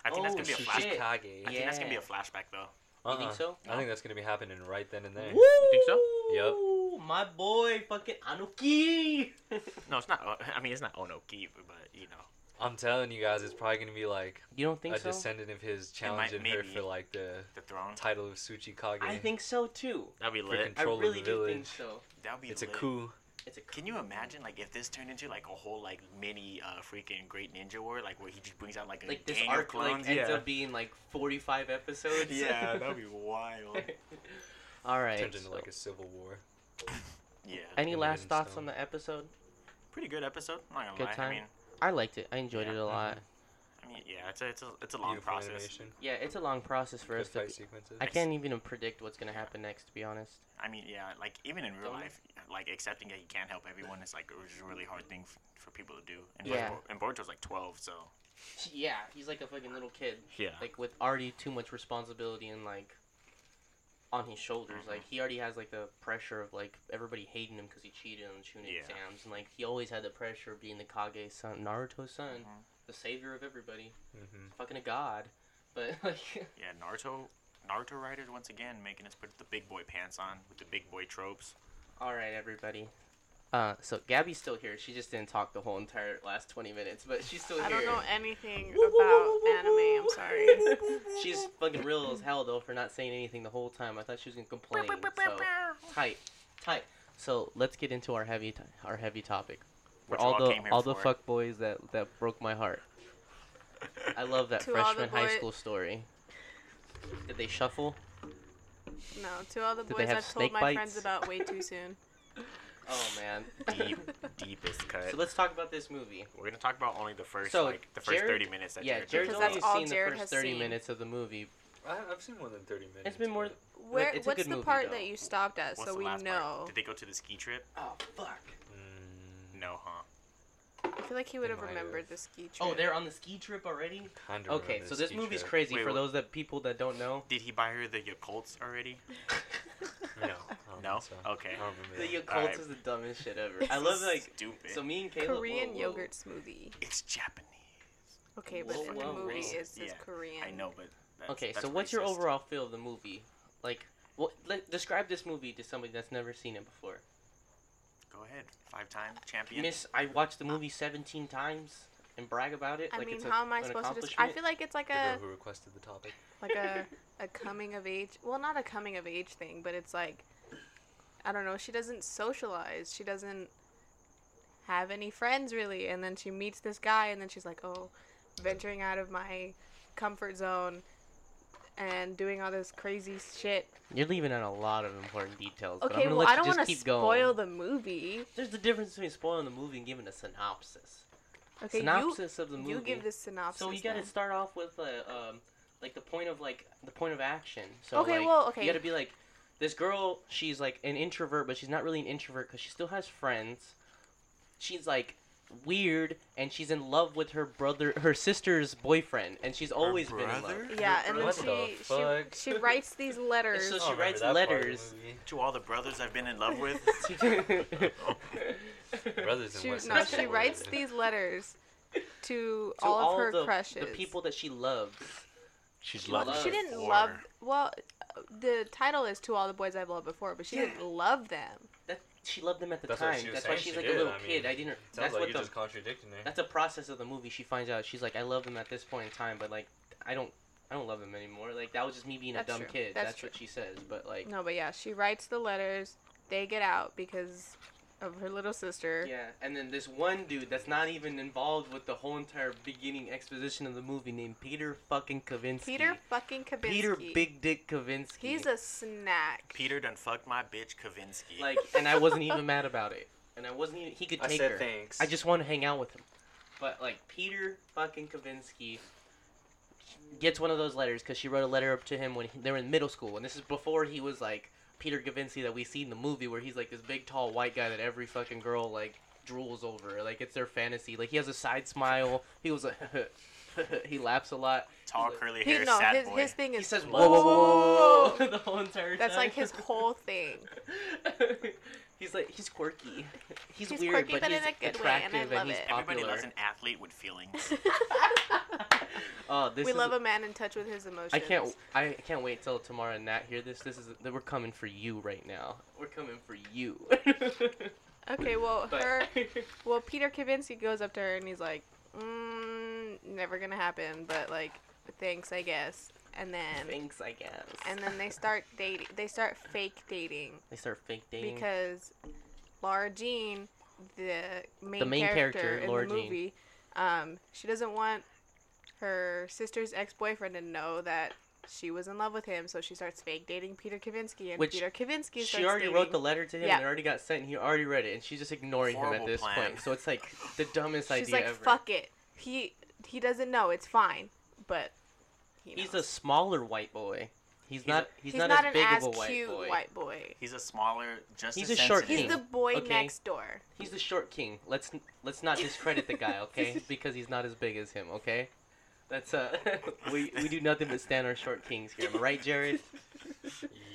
Speaker 4: I I think that's gonna be a
Speaker 2: Oh,
Speaker 4: flashback.
Speaker 2: shit.
Speaker 3: Kage.
Speaker 4: I think that's gonna be
Speaker 2: Yeah.
Speaker 4: a flashback though.
Speaker 2: You think so?
Speaker 3: I think that's gonna be happening right then and Uh-huh. there.
Speaker 2: Woo!
Speaker 4: think so?
Speaker 2: Yep. My boy, fucking Anuki. *laughs*
Speaker 4: No, it's not. *laughs* O- I mean, it's not Onoki, but you know,
Speaker 3: I'm telling you guys, it's probably gonna be like
Speaker 2: you don't think
Speaker 3: a
Speaker 2: so?
Speaker 3: descendant of his
Speaker 4: might-
Speaker 3: challenging her
Speaker 4: maybe.
Speaker 3: for like the
Speaker 4: the throne.
Speaker 3: title of Tsuchi Kage.
Speaker 2: I think so too.
Speaker 4: That'd be
Speaker 3: Freaking
Speaker 4: lit.
Speaker 2: I
Speaker 3: Troll of the
Speaker 2: really do think
Speaker 3: village.
Speaker 2: so.
Speaker 4: That'd be.
Speaker 3: it's a
Speaker 4: lit.
Speaker 3: coup.
Speaker 2: It's a
Speaker 4: Can you imagine like if this turned into like a whole like mini uh freaking Great Ninja War, like where he just brings out like a
Speaker 2: like this
Speaker 4: gang of
Speaker 2: arc like,
Speaker 4: clones?
Speaker 2: ends
Speaker 4: yeah.
Speaker 2: up being like 45 episodes. *laughs*
Speaker 4: that'd be wild.
Speaker 2: All right.
Speaker 3: Turned into
Speaker 2: so-
Speaker 3: like a civil war.
Speaker 4: yeah,
Speaker 2: Any
Speaker 3: Leonard
Speaker 2: last
Speaker 3: and
Speaker 2: thoughts
Speaker 3: Stone.
Speaker 2: on the episode?
Speaker 4: pretty good episode. I'm not gonna
Speaker 2: Good
Speaker 4: lie.
Speaker 2: time.
Speaker 4: I mean,
Speaker 2: I liked it. I enjoyed
Speaker 4: Yeah.
Speaker 2: it a lot.
Speaker 4: I mean, yeah, it's a it's a, it's a long
Speaker 3: Beautiful
Speaker 4: process.
Speaker 3: animation.
Speaker 2: Yeah, it's a long process for
Speaker 3: Good
Speaker 2: us to.
Speaker 3: fight
Speaker 2: Be-
Speaker 3: sequences.
Speaker 2: I can't even predict what's gonna
Speaker 4: Yeah.
Speaker 2: happen next, to be honest.
Speaker 4: I mean, yeah, like even in real
Speaker 2: Don't-
Speaker 4: life, like accepting that you can't help everyone is like a really hard thing f- for people to do. And
Speaker 2: Yeah.
Speaker 4: Bor- and Boruto's like 12, so
Speaker 2: *laughs* Yeah, he's like a fucking little kid,
Speaker 4: yeah,
Speaker 2: like with already too much responsibility and like on his shoulders.
Speaker 4: Mhm.
Speaker 2: Like he already has like the pressure of like everybody hating him because he cheated on shooting
Speaker 4: Yeah.
Speaker 2: exams, and like he always had the pressure of being the Kage's son, Naruto's son,
Speaker 4: Mhm.
Speaker 2: the savior of everybody,
Speaker 3: Mm-hmm.
Speaker 2: fucking a god. But *laughs* like,
Speaker 4: yeah. Naruto, Naruto writers once again making us put the big boy pants on with the big boy tropes.
Speaker 2: all right, everybody. Uh, so Gabby's still here. She just didn't talk the whole entire last twenty minutes, but she's still
Speaker 1: I
Speaker 2: here.
Speaker 1: don't know anything
Speaker 2: Woo, woo, woo,
Speaker 1: about
Speaker 2: woo,
Speaker 1: anime. I'm
Speaker 2: woo.
Speaker 1: sorry.
Speaker 2: She's fucking real as hell though for not saying anything the whole time. I thought she was gonna complain. so tight, tight. So let's get into our heavy, t- our heavy topic. For
Speaker 4: Which
Speaker 2: all
Speaker 4: we all
Speaker 2: the
Speaker 4: came here
Speaker 2: all the
Speaker 4: for.
Speaker 2: fuck boys that that broke my
Speaker 4: *laughs*
Speaker 2: heart. I love that
Speaker 1: To all the
Speaker 2: freshman high
Speaker 1: boy-
Speaker 2: school story. Did they shuffle?
Speaker 1: No, to all the
Speaker 2: Did they
Speaker 1: boys
Speaker 2: have
Speaker 1: I've
Speaker 2: snake
Speaker 1: told my
Speaker 2: bites?
Speaker 1: friends about way too soon.
Speaker 2: Oh
Speaker 1: *laughs*
Speaker 2: man.
Speaker 4: Deep, deepest cut.
Speaker 2: So let's talk about this movie.
Speaker 4: We're gonna talk about only the first
Speaker 2: So,
Speaker 4: like the first
Speaker 2: Jared-
Speaker 4: 30 minutes that
Speaker 2: Yeah,
Speaker 4: Jared
Speaker 2: Jared's
Speaker 4: Leto-
Speaker 1: Because
Speaker 2: only
Speaker 1: that's all
Speaker 2: seen
Speaker 1: Jared
Speaker 2: the
Speaker 1: has
Speaker 2: first thirty
Speaker 1: seen.
Speaker 2: minutes of the movie.
Speaker 3: I, I've seen more than 30 minutes.
Speaker 2: It's been more.
Speaker 3: but-
Speaker 1: Where?
Speaker 2: it's a
Speaker 1: What's
Speaker 2: good
Speaker 1: the
Speaker 2: movie,
Speaker 1: part
Speaker 2: though.
Speaker 1: that you stopped at
Speaker 4: What's
Speaker 1: so
Speaker 4: the
Speaker 1: we
Speaker 4: last
Speaker 1: know?
Speaker 4: Part? Did they go to the ski trip?
Speaker 2: Oh fuck.
Speaker 3: Mm,
Speaker 4: No, huh?
Speaker 1: I feel like he would
Speaker 3: They
Speaker 1: have
Speaker 3: might have.
Speaker 1: remembered the ski trip.
Speaker 2: Oh, they're on the ski trip already.
Speaker 3: kinda
Speaker 2: Okay,
Speaker 3: remember
Speaker 2: so
Speaker 3: the
Speaker 2: this
Speaker 3: ski
Speaker 2: movie's
Speaker 3: trip.
Speaker 2: crazy
Speaker 4: Wait,
Speaker 2: for
Speaker 4: what-
Speaker 2: those that people that don't
Speaker 4: *laughs*
Speaker 2: know.
Speaker 4: Did he buy her the Yakults
Speaker 1: *laughs*
Speaker 4: already?
Speaker 3: No. I don't
Speaker 4: No?
Speaker 3: think so.
Speaker 4: Okay.
Speaker 3: I don't
Speaker 2: The
Speaker 3: remember. that.
Speaker 2: Yakult
Speaker 4: Alright.
Speaker 2: is the dumbest shit
Speaker 4: *laughs*
Speaker 2: ever. I love like
Speaker 4: stupid.
Speaker 2: so. Me and Caleb.
Speaker 1: Korean
Speaker 2: whoa, whoa.
Speaker 1: yogurt smoothie.
Speaker 4: it's Japanese.
Speaker 1: Okay, but
Speaker 2: Whoa,
Speaker 1: in
Speaker 2: whoa,
Speaker 1: the movie
Speaker 2: whoa.
Speaker 1: it's just
Speaker 4: Yeah,
Speaker 1: Korean.
Speaker 4: I know, but that's,
Speaker 2: Okay,
Speaker 4: that's
Speaker 2: so what's your
Speaker 4: racist.
Speaker 2: overall feel of the movie? Like, what? Let, describe this movie to somebody that's never seen it before.
Speaker 4: Go ahead, five-time champion.
Speaker 2: Miss, I watched the movie 17 times and brag about it.
Speaker 1: I
Speaker 2: like
Speaker 1: mean,
Speaker 2: it's a-
Speaker 1: how am I
Speaker 2: an
Speaker 1: supposed to? Dis- I
Speaker 2: accomplishment?
Speaker 1: feel like it's like
Speaker 3: The
Speaker 1: a
Speaker 3: girl who requested the topic.
Speaker 1: like a a coming of age. Well, not a coming of age thing, but it's like I don't know. She doesn't socialize. She doesn't have any friends really, and then she meets this guy, and then she's like, oh, venturing out of my comfort zone and doing all this crazy shit.
Speaker 2: You're leaving out a lot of important details. but I'm
Speaker 1: Okay,
Speaker 2: gonna
Speaker 1: well,
Speaker 2: let
Speaker 1: I
Speaker 2: you
Speaker 1: don't
Speaker 2: just
Speaker 1: want to
Speaker 2: keep
Speaker 1: spoil
Speaker 2: going.
Speaker 1: the movie.
Speaker 2: There's the difference between spoiling the movie and giving a synopsis.
Speaker 1: Okay,
Speaker 2: synopsis of the
Speaker 1: you
Speaker 2: movie.
Speaker 1: you give the synopsis.
Speaker 2: So you gotta
Speaker 1: then.
Speaker 2: start off with a, um, like the point of like the point of action. So
Speaker 1: Okay,
Speaker 2: like,
Speaker 1: well, okay.
Speaker 2: You gotta be like, this girl. She's like an introvert, but she's not really an introvert because she still has friends. She's like weird, and she's in love with her brother, her sister's boyfriend, and she's always been in love. *laughs*
Speaker 4: brother?
Speaker 1: Yeah, and then
Speaker 3: What
Speaker 1: she,
Speaker 3: the fuck?
Speaker 1: she she writes these letters.
Speaker 2: so
Speaker 3: I don't
Speaker 2: she writes
Speaker 3: remember that part of the
Speaker 2: letters.
Speaker 3: movie.
Speaker 4: To all the brothers I've been in
Speaker 2: *laughs*
Speaker 4: love with. *laughs*
Speaker 3: Brothers in
Speaker 1: She,
Speaker 3: West
Speaker 1: no,
Speaker 2: Side
Speaker 1: she *laughs*
Speaker 2: Story.
Speaker 1: writes these letters to,
Speaker 2: *laughs* To
Speaker 1: all of her
Speaker 2: the,
Speaker 1: crushes.
Speaker 2: the people that she loves.
Speaker 4: She's
Speaker 2: She loved
Speaker 1: she
Speaker 2: loved.
Speaker 1: didn't love. Well, uh, the title is "To All the Boys I've Loved Before," but she didn't love them.
Speaker 2: That she loved them at the
Speaker 3: That's what
Speaker 2: time.
Speaker 3: she was
Speaker 2: That's why
Speaker 3: saying
Speaker 2: she's
Speaker 3: she
Speaker 2: like a
Speaker 3: did,
Speaker 2: little
Speaker 3: I mean,
Speaker 2: kid. I didn't.
Speaker 3: Sounds like
Speaker 2: That's what
Speaker 3: you're
Speaker 2: the
Speaker 3: just contradicting her.
Speaker 2: That's a process of the movie. She finds out. She's like, I love him at this point in time, but like, I don't, I don't love him anymore. Like that was just me being
Speaker 1: That's
Speaker 2: a dumb
Speaker 1: true.
Speaker 2: kid. That's,
Speaker 1: That's
Speaker 2: what she says. But like,
Speaker 1: No, but yeah, she writes the letters. They get out because of her little sister.
Speaker 2: yeah. And then this one dude that's not even involved with the whole entire beginning exposition of the movie, named Peter fucking Kavinsky.
Speaker 1: Peter fucking Kavinsky.
Speaker 2: Peter Big Dick Kavinsky.
Speaker 1: He's a snack.
Speaker 4: Peter done fucked my bitch Kavinsky.
Speaker 2: like, and I wasn't even mad about it. And I wasn't even. He could take her.
Speaker 3: thanks.
Speaker 2: I just want to hang out with him. But like Peter fucking Kavinsky gets one of those letters because she wrote a letter up to him when he, they were in middle school, and this is before he was like Peter Kavinsky that we see in the movie, where he's like this big tall white guy that every fucking girl like drools over. Like it's their fantasy. Like he has a side smile. He was like. *laughs* he laughs a lot.
Speaker 4: Tall curly
Speaker 1: He,
Speaker 4: hair,
Speaker 1: no,
Speaker 4: sad
Speaker 1: his,
Speaker 4: boy.
Speaker 1: his thing is *laughs*
Speaker 2: He says
Speaker 1: "Whoa."
Speaker 2: whoa, *laughs* whoa, whoa, whoa, whoa, the whole entire
Speaker 1: That's
Speaker 2: time.
Speaker 1: like his whole thing.
Speaker 2: *laughs* He's like he's quirky. He's,
Speaker 1: He's
Speaker 2: weird,
Speaker 1: quirky,
Speaker 2: but,
Speaker 1: but in
Speaker 2: he's
Speaker 1: a good way, and
Speaker 2: attractive
Speaker 1: I
Speaker 2: and,
Speaker 1: love
Speaker 2: he's
Speaker 1: it.
Speaker 2: popular.
Speaker 4: Everybody loves an athlete
Speaker 2: *laughs*
Speaker 4: with feelings.
Speaker 2: Oh, this
Speaker 1: we
Speaker 2: is
Speaker 1: love a man in touch with his emotions.
Speaker 2: I can't. I can't wait till tomorrow and Nat hear this. This is that we're coming for you right now. We're coming for you. *laughs*
Speaker 1: Okay, well,
Speaker 2: But-
Speaker 1: her. Well, Peter Kavinsky goes up to her and he's like, mm, "Never gonna happen," but like, thanks, I guess. And then,
Speaker 2: *laughs* Thanks, I guess.
Speaker 1: and then they start dating. They start fake dating
Speaker 2: they start fake dating.
Speaker 1: because Laura Jean, the main,
Speaker 2: main
Speaker 1: character,
Speaker 2: character,
Speaker 1: in
Speaker 2: Lara
Speaker 1: the
Speaker 2: Jean.
Speaker 1: movie, um, she doesn't want her sister's ex-boyfriend to know that she was in love with him, so she starts fake dating Peter Kavinsky, and
Speaker 2: Which
Speaker 1: Peter Kavinsky starts
Speaker 2: she already
Speaker 1: dating.
Speaker 2: wrote the letter to him.
Speaker 1: Yeah.
Speaker 2: and It already got sent. And he already read it, and she's just ignoring him at
Speaker 4: Horrible
Speaker 2: this
Speaker 4: plan.
Speaker 2: point. So it's like the dumbest
Speaker 1: She's
Speaker 2: idea
Speaker 1: like,
Speaker 2: ever.
Speaker 1: "Fuck it." He he doesn't know. It's fine, but he
Speaker 2: He's a
Speaker 1: knows.
Speaker 2: smaller white boy. He's,
Speaker 4: He's
Speaker 2: not.
Speaker 4: a-
Speaker 2: He's, not, as big
Speaker 1: ass
Speaker 2: of a white
Speaker 1: cute
Speaker 2: boy.
Speaker 1: white boy.
Speaker 4: He's a smaller, just
Speaker 2: He's
Speaker 4: as
Speaker 2: a short
Speaker 4: sensitive-
Speaker 1: He's
Speaker 2: king.
Speaker 1: the boy
Speaker 2: Okay.
Speaker 1: next door.
Speaker 2: He's the short king. Let's let's not discredit the guy, okay? Because he's not as big as him, okay? That's uh, *laughs* we we do nothing but stand our short kings here. Am I right, Jared?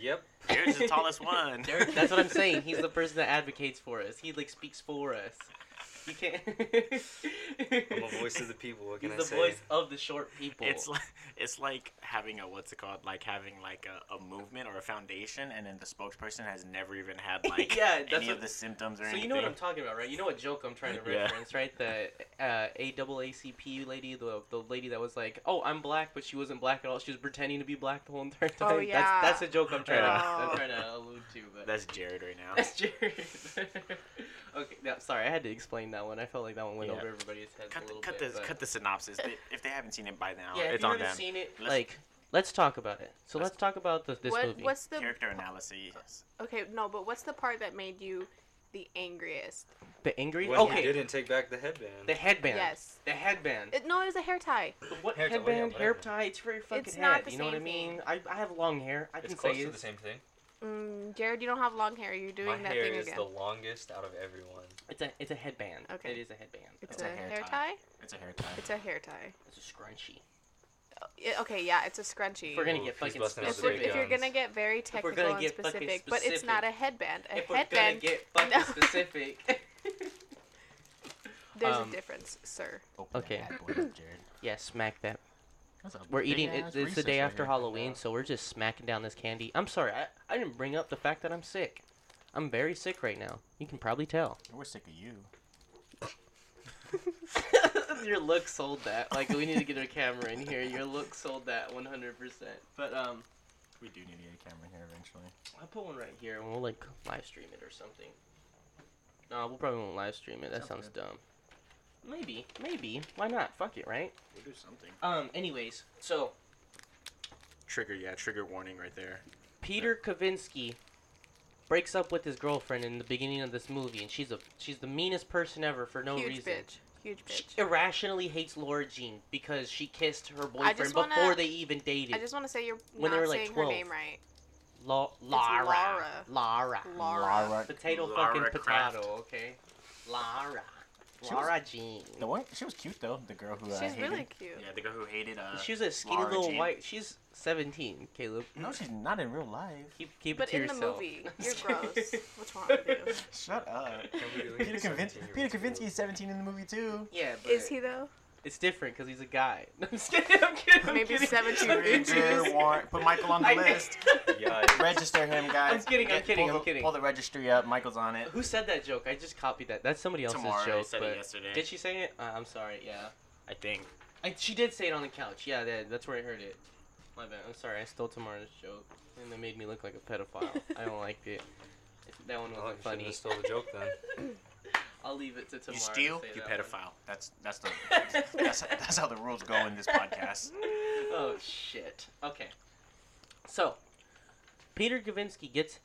Speaker 3: Yep.
Speaker 2: *laughs*
Speaker 4: Jared's the tallest one.
Speaker 2: Jared, that's what I'm saying. He's the person that advocates for us. He like speaks for us. He can't. *laughs*
Speaker 3: I'm a voice of the people. What can
Speaker 2: He's
Speaker 3: I
Speaker 2: the
Speaker 3: say?
Speaker 2: voice of the short people.
Speaker 4: It's like it's like having a what's it called? Like having like a, a movement or a foundation, and then the spokesperson has never even had
Speaker 2: *laughs*
Speaker 4: like
Speaker 2: Yeah, that's
Speaker 4: any of
Speaker 2: what-
Speaker 4: the symptoms or
Speaker 2: so
Speaker 4: anything.
Speaker 2: you know what I'm talking about, right? You know what joke I'm trying to
Speaker 4: Yeah.
Speaker 2: reference, right? The uh, AAACP lady, the the lady that was like, "Oh, I'm black," but she wasn't black at all. She was pretending to be black the whole entire time.
Speaker 1: Oh, yeah.
Speaker 2: That's that's a joke I'm trying to
Speaker 1: Oh.
Speaker 2: I'm trying to allude to, but
Speaker 4: That's Jared right now.
Speaker 2: *laughs* That's Jared. *laughs* okay, no, sorry, I had to explain that one. I felt like that one went
Speaker 4: Yeah.
Speaker 2: over everybody's head a
Speaker 4: Cut the
Speaker 2: little
Speaker 4: cut the
Speaker 2: bit. but-
Speaker 4: cut the synopsis. They- if they haven't seen it by now,
Speaker 2: yeah, if
Speaker 4: it's
Speaker 2: you
Speaker 4: on
Speaker 2: haven't
Speaker 4: them.
Speaker 2: seen it,
Speaker 4: Let's-
Speaker 2: like, let's talk about it. So
Speaker 4: Let's-
Speaker 2: let's talk about the, this
Speaker 1: what
Speaker 2: movie.
Speaker 1: what's the
Speaker 4: Character analysis.
Speaker 1: okay? No, but what's the part that made you the angriest?
Speaker 2: the angry? Oh,
Speaker 3: When he
Speaker 2: okay,
Speaker 3: didn't take back the headband.
Speaker 2: the headband.
Speaker 1: Yes.
Speaker 2: The headband.
Speaker 1: It, no, it was a hair tie.
Speaker 2: what
Speaker 3: Hair tie, yeah,
Speaker 2: headband? hair
Speaker 3: whatever.
Speaker 2: tie? It's very fucking
Speaker 1: It's
Speaker 2: head.
Speaker 1: not the
Speaker 2: you know what I
Speaker 1: same
Speaker 2: mean?
Speaker 1: thing.
Speaker 2: I, I have long hair. I
Speaker 3: it's
Speaker 2: can say
Speaker 3: close to
Speaker 2: it's-
Speaker 3: the same thing.
Speaker 1: Mm, Jared, you don't have long hair. You're doing
Speaker 3: My
Speaker 1: that
Speaker 3: hair
Speaker 1: thing
Speaker 3: is
Speaker 1: again.
Speaker 3: the longest out of everyone.
Speaker 2: It's a it's a headband.
Speaker 1: Okay.
Speaker 2: It is a headband. Oh,
Speaker 1: It's,
Speaker 4: It's
Speaker 1: a,
Speaker 4: a
Speaker 1: hair,
Speaker 4: hair
Speaker 1: tie.
Speaker 4: tie. It's a hair tie.
Speaker 1: It's a hair tie.
Speaker 2: It's a scrunchie.
Speaker 1: Yeah, okay, yeah, it's a scrunchie.
Speaker 2: If we're gonna
Speaker 3: Ooh,
Speaker 2: get
Speaker 3: he's
Speaker 2: fucking
Speaker 3: busting out
Speaker 1: if,
Speaker 3: the
Speaker 1: we're,
Speaker 3: big
Speaker 2: specific-
Speaker 1: if you're
Speaker 3: guns.
Speaker 1: gonna get very
Speaker 2: we're
Speaker 1: technical
Speaker 2: gonna
Speaker 1: and
Speaker 2: get fucking
Speaker 1: specific, but it's
Speaker 2: specific.
Speaker 1: not a headband. A
Speaker 2: if we're gonna
Speaker 1: headband,
Speaker 2: get fucking
Speaker 1: No.
Speaker 2: specific.
Speaker 1: there's
Speaker 2: um,
Speaker 1: a difference, sir.
Speaker 4: Open
Speaker 2: Okay.
Speaker 4: that bad boy up, Jared.
Speaker 2: *laughs* yeah, smack that
Speaker 4: That's a
Speaker 2: We're eating.
Speaker 4: big-ass
Speaker 2: It, it's the
Speaker 4: Reese's
Speaker 2: day
Speaker 4: right
Speaker 2: after
Speaker 4: here.
Speaker 2: Halloween, so we're just smacking down this candy. I'm sorry, I, I didn't bring up the fact that I'm sick. I'm very sick right now. You can probably tell.
Speaker 4: We're sick of you.
Speaker 2: *laughs* Your look sold that. Like we need to get a camera in here. Your look sold that 100. percent But um,
Speaker 4: We do need to get a camera here eventually.
Speaker 2: I'll put one right here, and we'll like live stream it or something. No, we probably won't live stream it. That
Speaker 4: Sounds
Speaker 2: sounds dumb. Maybe, maybe. Why not? Fuck it, right?
Speaker 4: We'll do something.
Speaker 2: Um. Anyways, so
Speaker 4: Trigger, yeah, trigger warning right there.
Speaker 2: Peter Kavinsky breaks up with his girlfriend in the beginning of this movie, and she's a she's the meanest person ever for no
Speaker 1: Huge
Speaker 2: reason.
Speaker 1: bitch. Huge
Speaker 2: She
Speaker 1: bitch.
Speaker 2: irrationally hates Laura Jean because she kissed her boyfriend
Speaker 1: wanna-
Speaker 2: before they even dated.
Speaker 1: I just want to say you're
Speaker 2: When they
Speaker 1: not
Speaker 2: were, like,
Speaker 1: saying
Speaker 2: 12.
Speaker 1: her name right.
Speaker 2: La- Lara. Lara.
Speaker 1: Lara. Lara. Lara.
Speaker 2: Potato
Speaker 4: Lara
Speaker 2: fucking
Speaker 4: Croft.
Speaker 2: potato, okay? Lara.
Speaker 4: She was-
Speaker 2: Lara Jean.
Speaker 4: The one, she was cute though. The girl who uh,
Speaker 1: She's
Speaker 4: hated.
Speaker 1: really cute.
Speaker 4: Yeah, the girl who hated. Uh,
Speaker 2: She's a skinny
Speaker 4: Lara
Speaker 2: little
Speaker 4: Jean.
Speaker 2: white. She's 17, Caleb.
Speaker 4: No, she's not in real life.
Speaker 2: Keep, keep it
Speaker 1: But
Speaker 2: to
Speaker 1: in
Speaker 2: yourself.
Speaker 1: the
Speaker 2: *laughs*
Speaker 1: movie, you're
Speaker 2: Just kidding.
Speaker 1: gross. What's wrong with you?
Speaker 2: *laughs*
Speaker 4: Shut up. Peter,
Speaker 3: Peter
Speaker 4: Kavins- Peter Kavinsky's 17 in the movie too.
Speaker 2: Yeah, *laughs* but
Speaker 1: Is he though?
Speaker 2: it's different because he's a guy. *laughs* I'm just kidding. I'm kidding. I'm
Speaker 1: Maybe
Speaker 2: kidding.
Speaker 1: 17
Speaker 2: I'm
Speaker 1: Ranger,
Speaker 2: kidding.
Speaker 4: Register, warrant, put Michael on the
Speaker 2: *laughs* I-
Speaker 4: list.
Speaker 3: Yeah.
Speaker 4: Register him, guys.
Speaker 2: I'm kidding, I'm
Speaker 4: Get-
Speaker 2: kidding,
Speaker 4: pull
Speaker 2: I'm
Speaker 4: the-
Speaker 2: kidding.
Speaker 4: Pull the registry up. Michael's on it.
Speaker 2: *laughs* Who said that joke? I just copied that. That's somebody else's
Speaker 4: Tamara
Speaker 2: joke.
Speaker 4: said it
Speaker 2: but-
Speaker 4: yesterday.
Speaker 2: Did she say it? Uh, I'm sorry. Yeah.
Speaker 4: I think.
Speaker 2: I, she did say it on the couch. Yeah, that, that's where I heard it. My bad. I'm sorry. I stole Tamara's joke, and that made me look like a pedophile. I don't like it. If That one
Speaker 3: Oh, you shouldn't
Speaker 2: wasn't funny.
Speaker 3: have stole the joke then.
Speaker 2: I'll leave it to Tamara.
Speaker 4: You
Speaker 2: to
Speaker 4: steal,
Speaker 2: say
Speaker 4: you
Speaker 2: that one.
Speaker 4: pedophile. That's that's the that's, that's how the rules go in this podcast.
Speaker 2: oh shit. Okay. So, Peter Gavinsky gets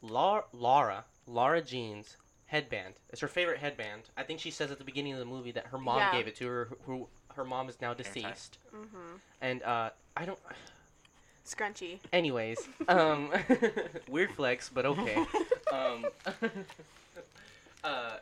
Speaker 2: Lar- Laura Laura Jean's headband. It's her favorite headband. I think she says at the beginning of the movie that her mom
Speaker 1: Yeah.
Speaker 2: gave it to her. Who her mom is now
Speaker 4: tie.
Speaker 2: deceased.
Speaker 1: Mm-hmm.
Speaker 2: And uh, I don't. *laughs*
Speaker 1: Scrunchy. *laughs*
Speaker 2: Anyways, um, *laughs* weird flex, but okay.
Speaker 1: *laughs*
Speaker 2: Um, uh,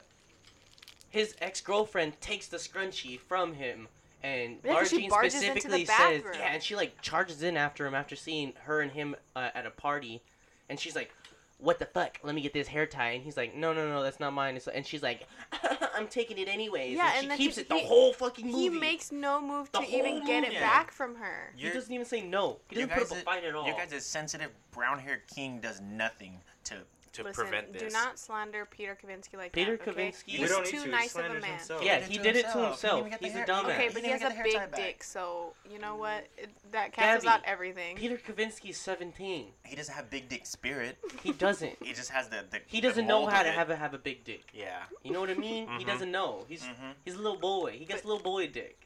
Speaker 2: his ex girlfriend takes the scrunchie from him, and
Speaker 1: Yeah, 'cause
Speaker 2: Lara
Speaker 1: she
Speaker 2: Jean
Speaker 1: barges into the
Speaker 2: specifically says,
Speaker 1: bathroom.
Speaker 2: yeah, and she like charges in after him after seeing her and him uh, at a party, and she's like, what the fuck? Let me get this hair tie. And he's like, no, no, no, that's not mine. It's- And she's like, *laughs* I'm taking it anyways.
Speaker 1: Yeah,
Speaker 2: and she
Speaker 1: and then
Speaker 2: keeps
Speaker 1: he-
Speaker 2: it the
Speaker 1: he-
Speaker 2: whole fucking movie.
Speaker 1: He makes no move
Speaker 2: The
Speaker 1: to even
Speaker 2: whole
Speaker 1: get
Speaker 2: movie.
Speaker 1: it back from her.
Speaker 2: He doesn't even say no. He
Speaker 4: you
Speaker 2: doesn't put up
Speaker 4: guys
Speaker 2: a fight at all.
Speaker 4: You guys, as sensitive brown-haired king does nothing to to
Speaker 1: Listen,
Speaker 4: prevent this.
Speaker 1: do not slander Peter Kavinsky like
Speaker 2: Peter
Speaker 1: that. okay?
Speaker 2: Kavinsky-
Speaker 1: *laughs* He's
Speaker 2: We don't
Speaker 3: need
Speaker 1: too
Speaker 3: to. He
Speaker 1: nice of a
Speaker 3: slanders
Speaker 1: man.
Speaker 3: himself.
Speaker 2: Yeah, he did it to himself.
Speaker 4: He didn't
Speaker 2: He's
Speaker 4: even get the
Speaker 2: a
Speaker 4: hair-
Speaker 2: dumbass.
Speaker 1: Okay,
Speaker 2: He
Speaker 1: but
Speaker 4: didn't
Speaker 1: he
Speaker 4: even
Speaker 1: has
Speaker 4: get
Speaker 1: a
Speaker 4: the hair
Speaker 1: big
Speaker 4: tie back.
Speaker 1: dick, so you know what? It, that cancels out
Speaker 2: Mm. Gabby,
Speaker 1: everything.
Speaker 2: Peter Kavinsky's 17.
Speaker 4: He doesn't have big dick spirit.
Speaker 2: He doesn't.
Speaker 4: He just has the, the
Speaker 2: He
Speaker 4: the
Speaker 2: doesn't know
Speaker 4: mold
Speaker 2: how
Speaker 4: of
Speaker 2: to
Speaker 4: it.
Speaker 2: have a have a big dick.
Speaker 4: Yeah.
Speaker 2: You know what I *laughs* mean? He
Speaker 4: Mhm.
Speaker 2: doesn't know. He's
Speaker 4: Mhm.
Speaker 2: he's a little boy. He gets little boy dick.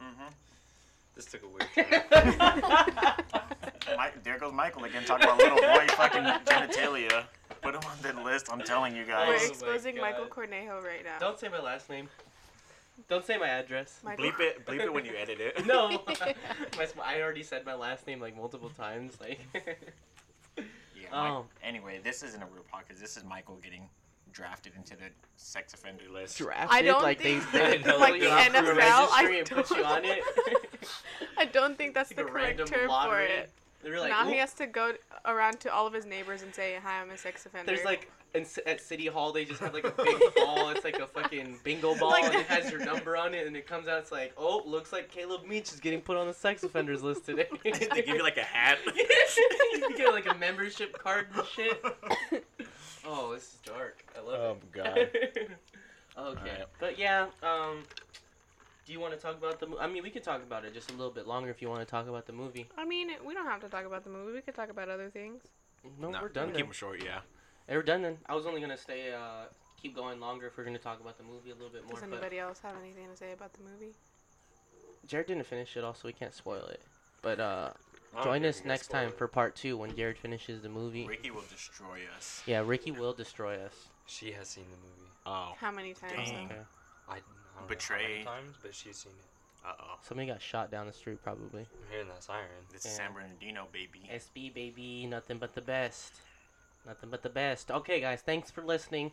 Speaker 4: Mm-hmm.
Speaker 3: This took a weird turn.
Speaker 4: There goes Michael again talking about little boy fucking genitalia. Put him on the list. I'm telling you
Speaker 1: We're
Speaker 4: guys.
Speaker 3: Oh my
Speaker 1: exposing
Speaker 3: God.
Speaker 1: Michael Cornejo right now.
Speaker 2: *laughs* Don't say my last name. Don't say my address.
Speaker 1: Michael-
Speaker 4: Bleep it. Bleep it when you edit
Speaker 1: *laughs*
Speaker 2: *laughs*
Speaker 4: it.
Speaker 2: No, my, sm- I already said my last name like multiple times. Like,
Speaker 4: *laughs*
Speaker 2: *laughs*
Speaker 4: Yeah,
Speaker 2: Oh.
Speaker 4: Mi- Anyway, this isn't a real podcast. This is Michael getting drafted into the sex offender list.
Speaker 2: drafted.
Speaker 1: I don't
Speaker 2: like
Speaker 1: think
Speaker 2: *laughs* they,
Speaker 3: I
Speaker 2: they
Speaker 3: know,
Speaker 2: like
Speaker 3: like
Speaker 2: you
Speaker 3: the
Speaker 2: up for a
Speaker 1: NFL,
Speaker 2: registry
Speaker 1: I
Speaker 2: and put you on it.
Speaker 1: I don't *laughs* think that's
Speaker 2: *laughs* Like
Speaker 1: the
Speaker 2: a
Speaker 1: correct
Speaker 2: random
Speaker 1: term for
Speaker 2: lottery.
Speaker 1: it.
Speaker 2: They were like,
Speaker 1: now
Speaker 2: "Ooh."
Speaker 1: he has to go around to all of his neighbors and say, "Hi, I'm a sex offender."
Speaker 2: There's *laughs* like in, ci- at City Hall they just have like a *laughs* big ball. It's like a fucking bingo ball,
Speaker 1: Like
Speaker 2: and it
Speaker 1: that.
Speaker 2: has your number on it, and it comes out. It's like, oh, looks like Caleb Meach is getting put on the sex offenders list *laughs* today.
Speaker 4: they give you like
Speaker 2: *laughs*
Speaker 4: a hat.
Speaker 2: you get like a membership card and shit. *laughs* Oh, this is dark. I love
Speaker 4: oh
Speaker 2: it.
Speaker 4: god.
Speaker 2: *laughs* okay,
Speaker 4: Alright.
Speaker 2: but yeah. Um, do you want to talk about the? Mo- I mean, we could talk about it just a little bit longer if you want to talk about the movie.
Speaker 1: I mean, we don't have to talk about the movie. We could talk about other things.
Speaker 2: No,
Speaker 4: Nah,
Speaker 2: we're done.
Speaker 4: we
Speaker 2: Then.
Speaker 4: Keep them short. Yeah.
Speaker 2: Yeah, We're done then. I was only gonna stay. Uh, keep going longer if we're gonna talk about the movie a little bit more.
Speaker 1: Does
Speaker 2: but-
Speaker 1: anybody else have anything to say about the movie?
Speaker 2: Jared didn't finish it, also we can't spoil it. But uh,
Speaker 3: I don't
Speaker 2: join
Speaker 3: care
Speaker 2: us
Speaker 3: if you guys
Speaker 2: next
Speaker 3: spoil
Speaker 2: time
Speaker 3: it.
Speaker 2: for part two when Jared finishes the movie.
Speaker 4: Ricky will destroy us.
Speaker 2: Yeah, Ricky will destroy us.
Speaker 3: She has seen the movie.
Speaker 4: Oh.
Speaker 1: How many times?
Speaker 4: Dang.
Speaker 1: now?
Speaker 2: Okay.
Speaker 3: I, I don't
Speaker 4: Betray.
Speaker 3: know how many times, but she's seen it.
Speaker 4: Uh oh.
Speaker 2: Somebody got shot down the street, probably.
Speaker 3: I'm hearing that siren.
Speaker 4: This
Speaker 2: Yeah.
Speaker 4: is San Bernardino, baby.
Speaker 2: SB baby, nothing but the best. Nothing but the best. Okay, guys, thanks for listening.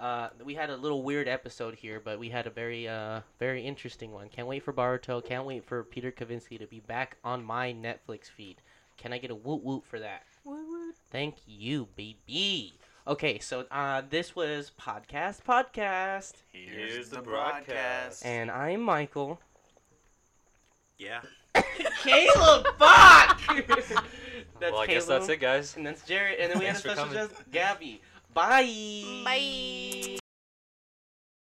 Speaker 2: Uh, we had a little weird episode here, but we had a very, uh, very interesting one. Can't wait for Baruto. Can't wait for Peter Kavinsky to be back on my Netflix feed. Can I get a woot woot for that?
Speaker 1: Woo woo.
Speaker 2: Thank you, BB. Okay, so uh, this was podcast podcast,
Speaker 4: Here's,
Speaker 3: Here's
Speaker 4: the,
Speaker 3: the
Speaker 4: broadcast.
Speaker 3: broadcast.
Speaker 2: and I'm Michael.
Speaker 4: yeah.
Speaker 2: *laughs* Caleb,
Speaker 3: *laughs*
Speaker 2: fuck. that's
Speaker 3: well, I guess that's it, guys.
Speaker 2: and that's Jared, and then we had a
Speaker 3: Thanks for
Speaker 2: special
Speaker 3: coming.
Speaker 2: guest, Gabby. Bye.
Speaker 1: Bye.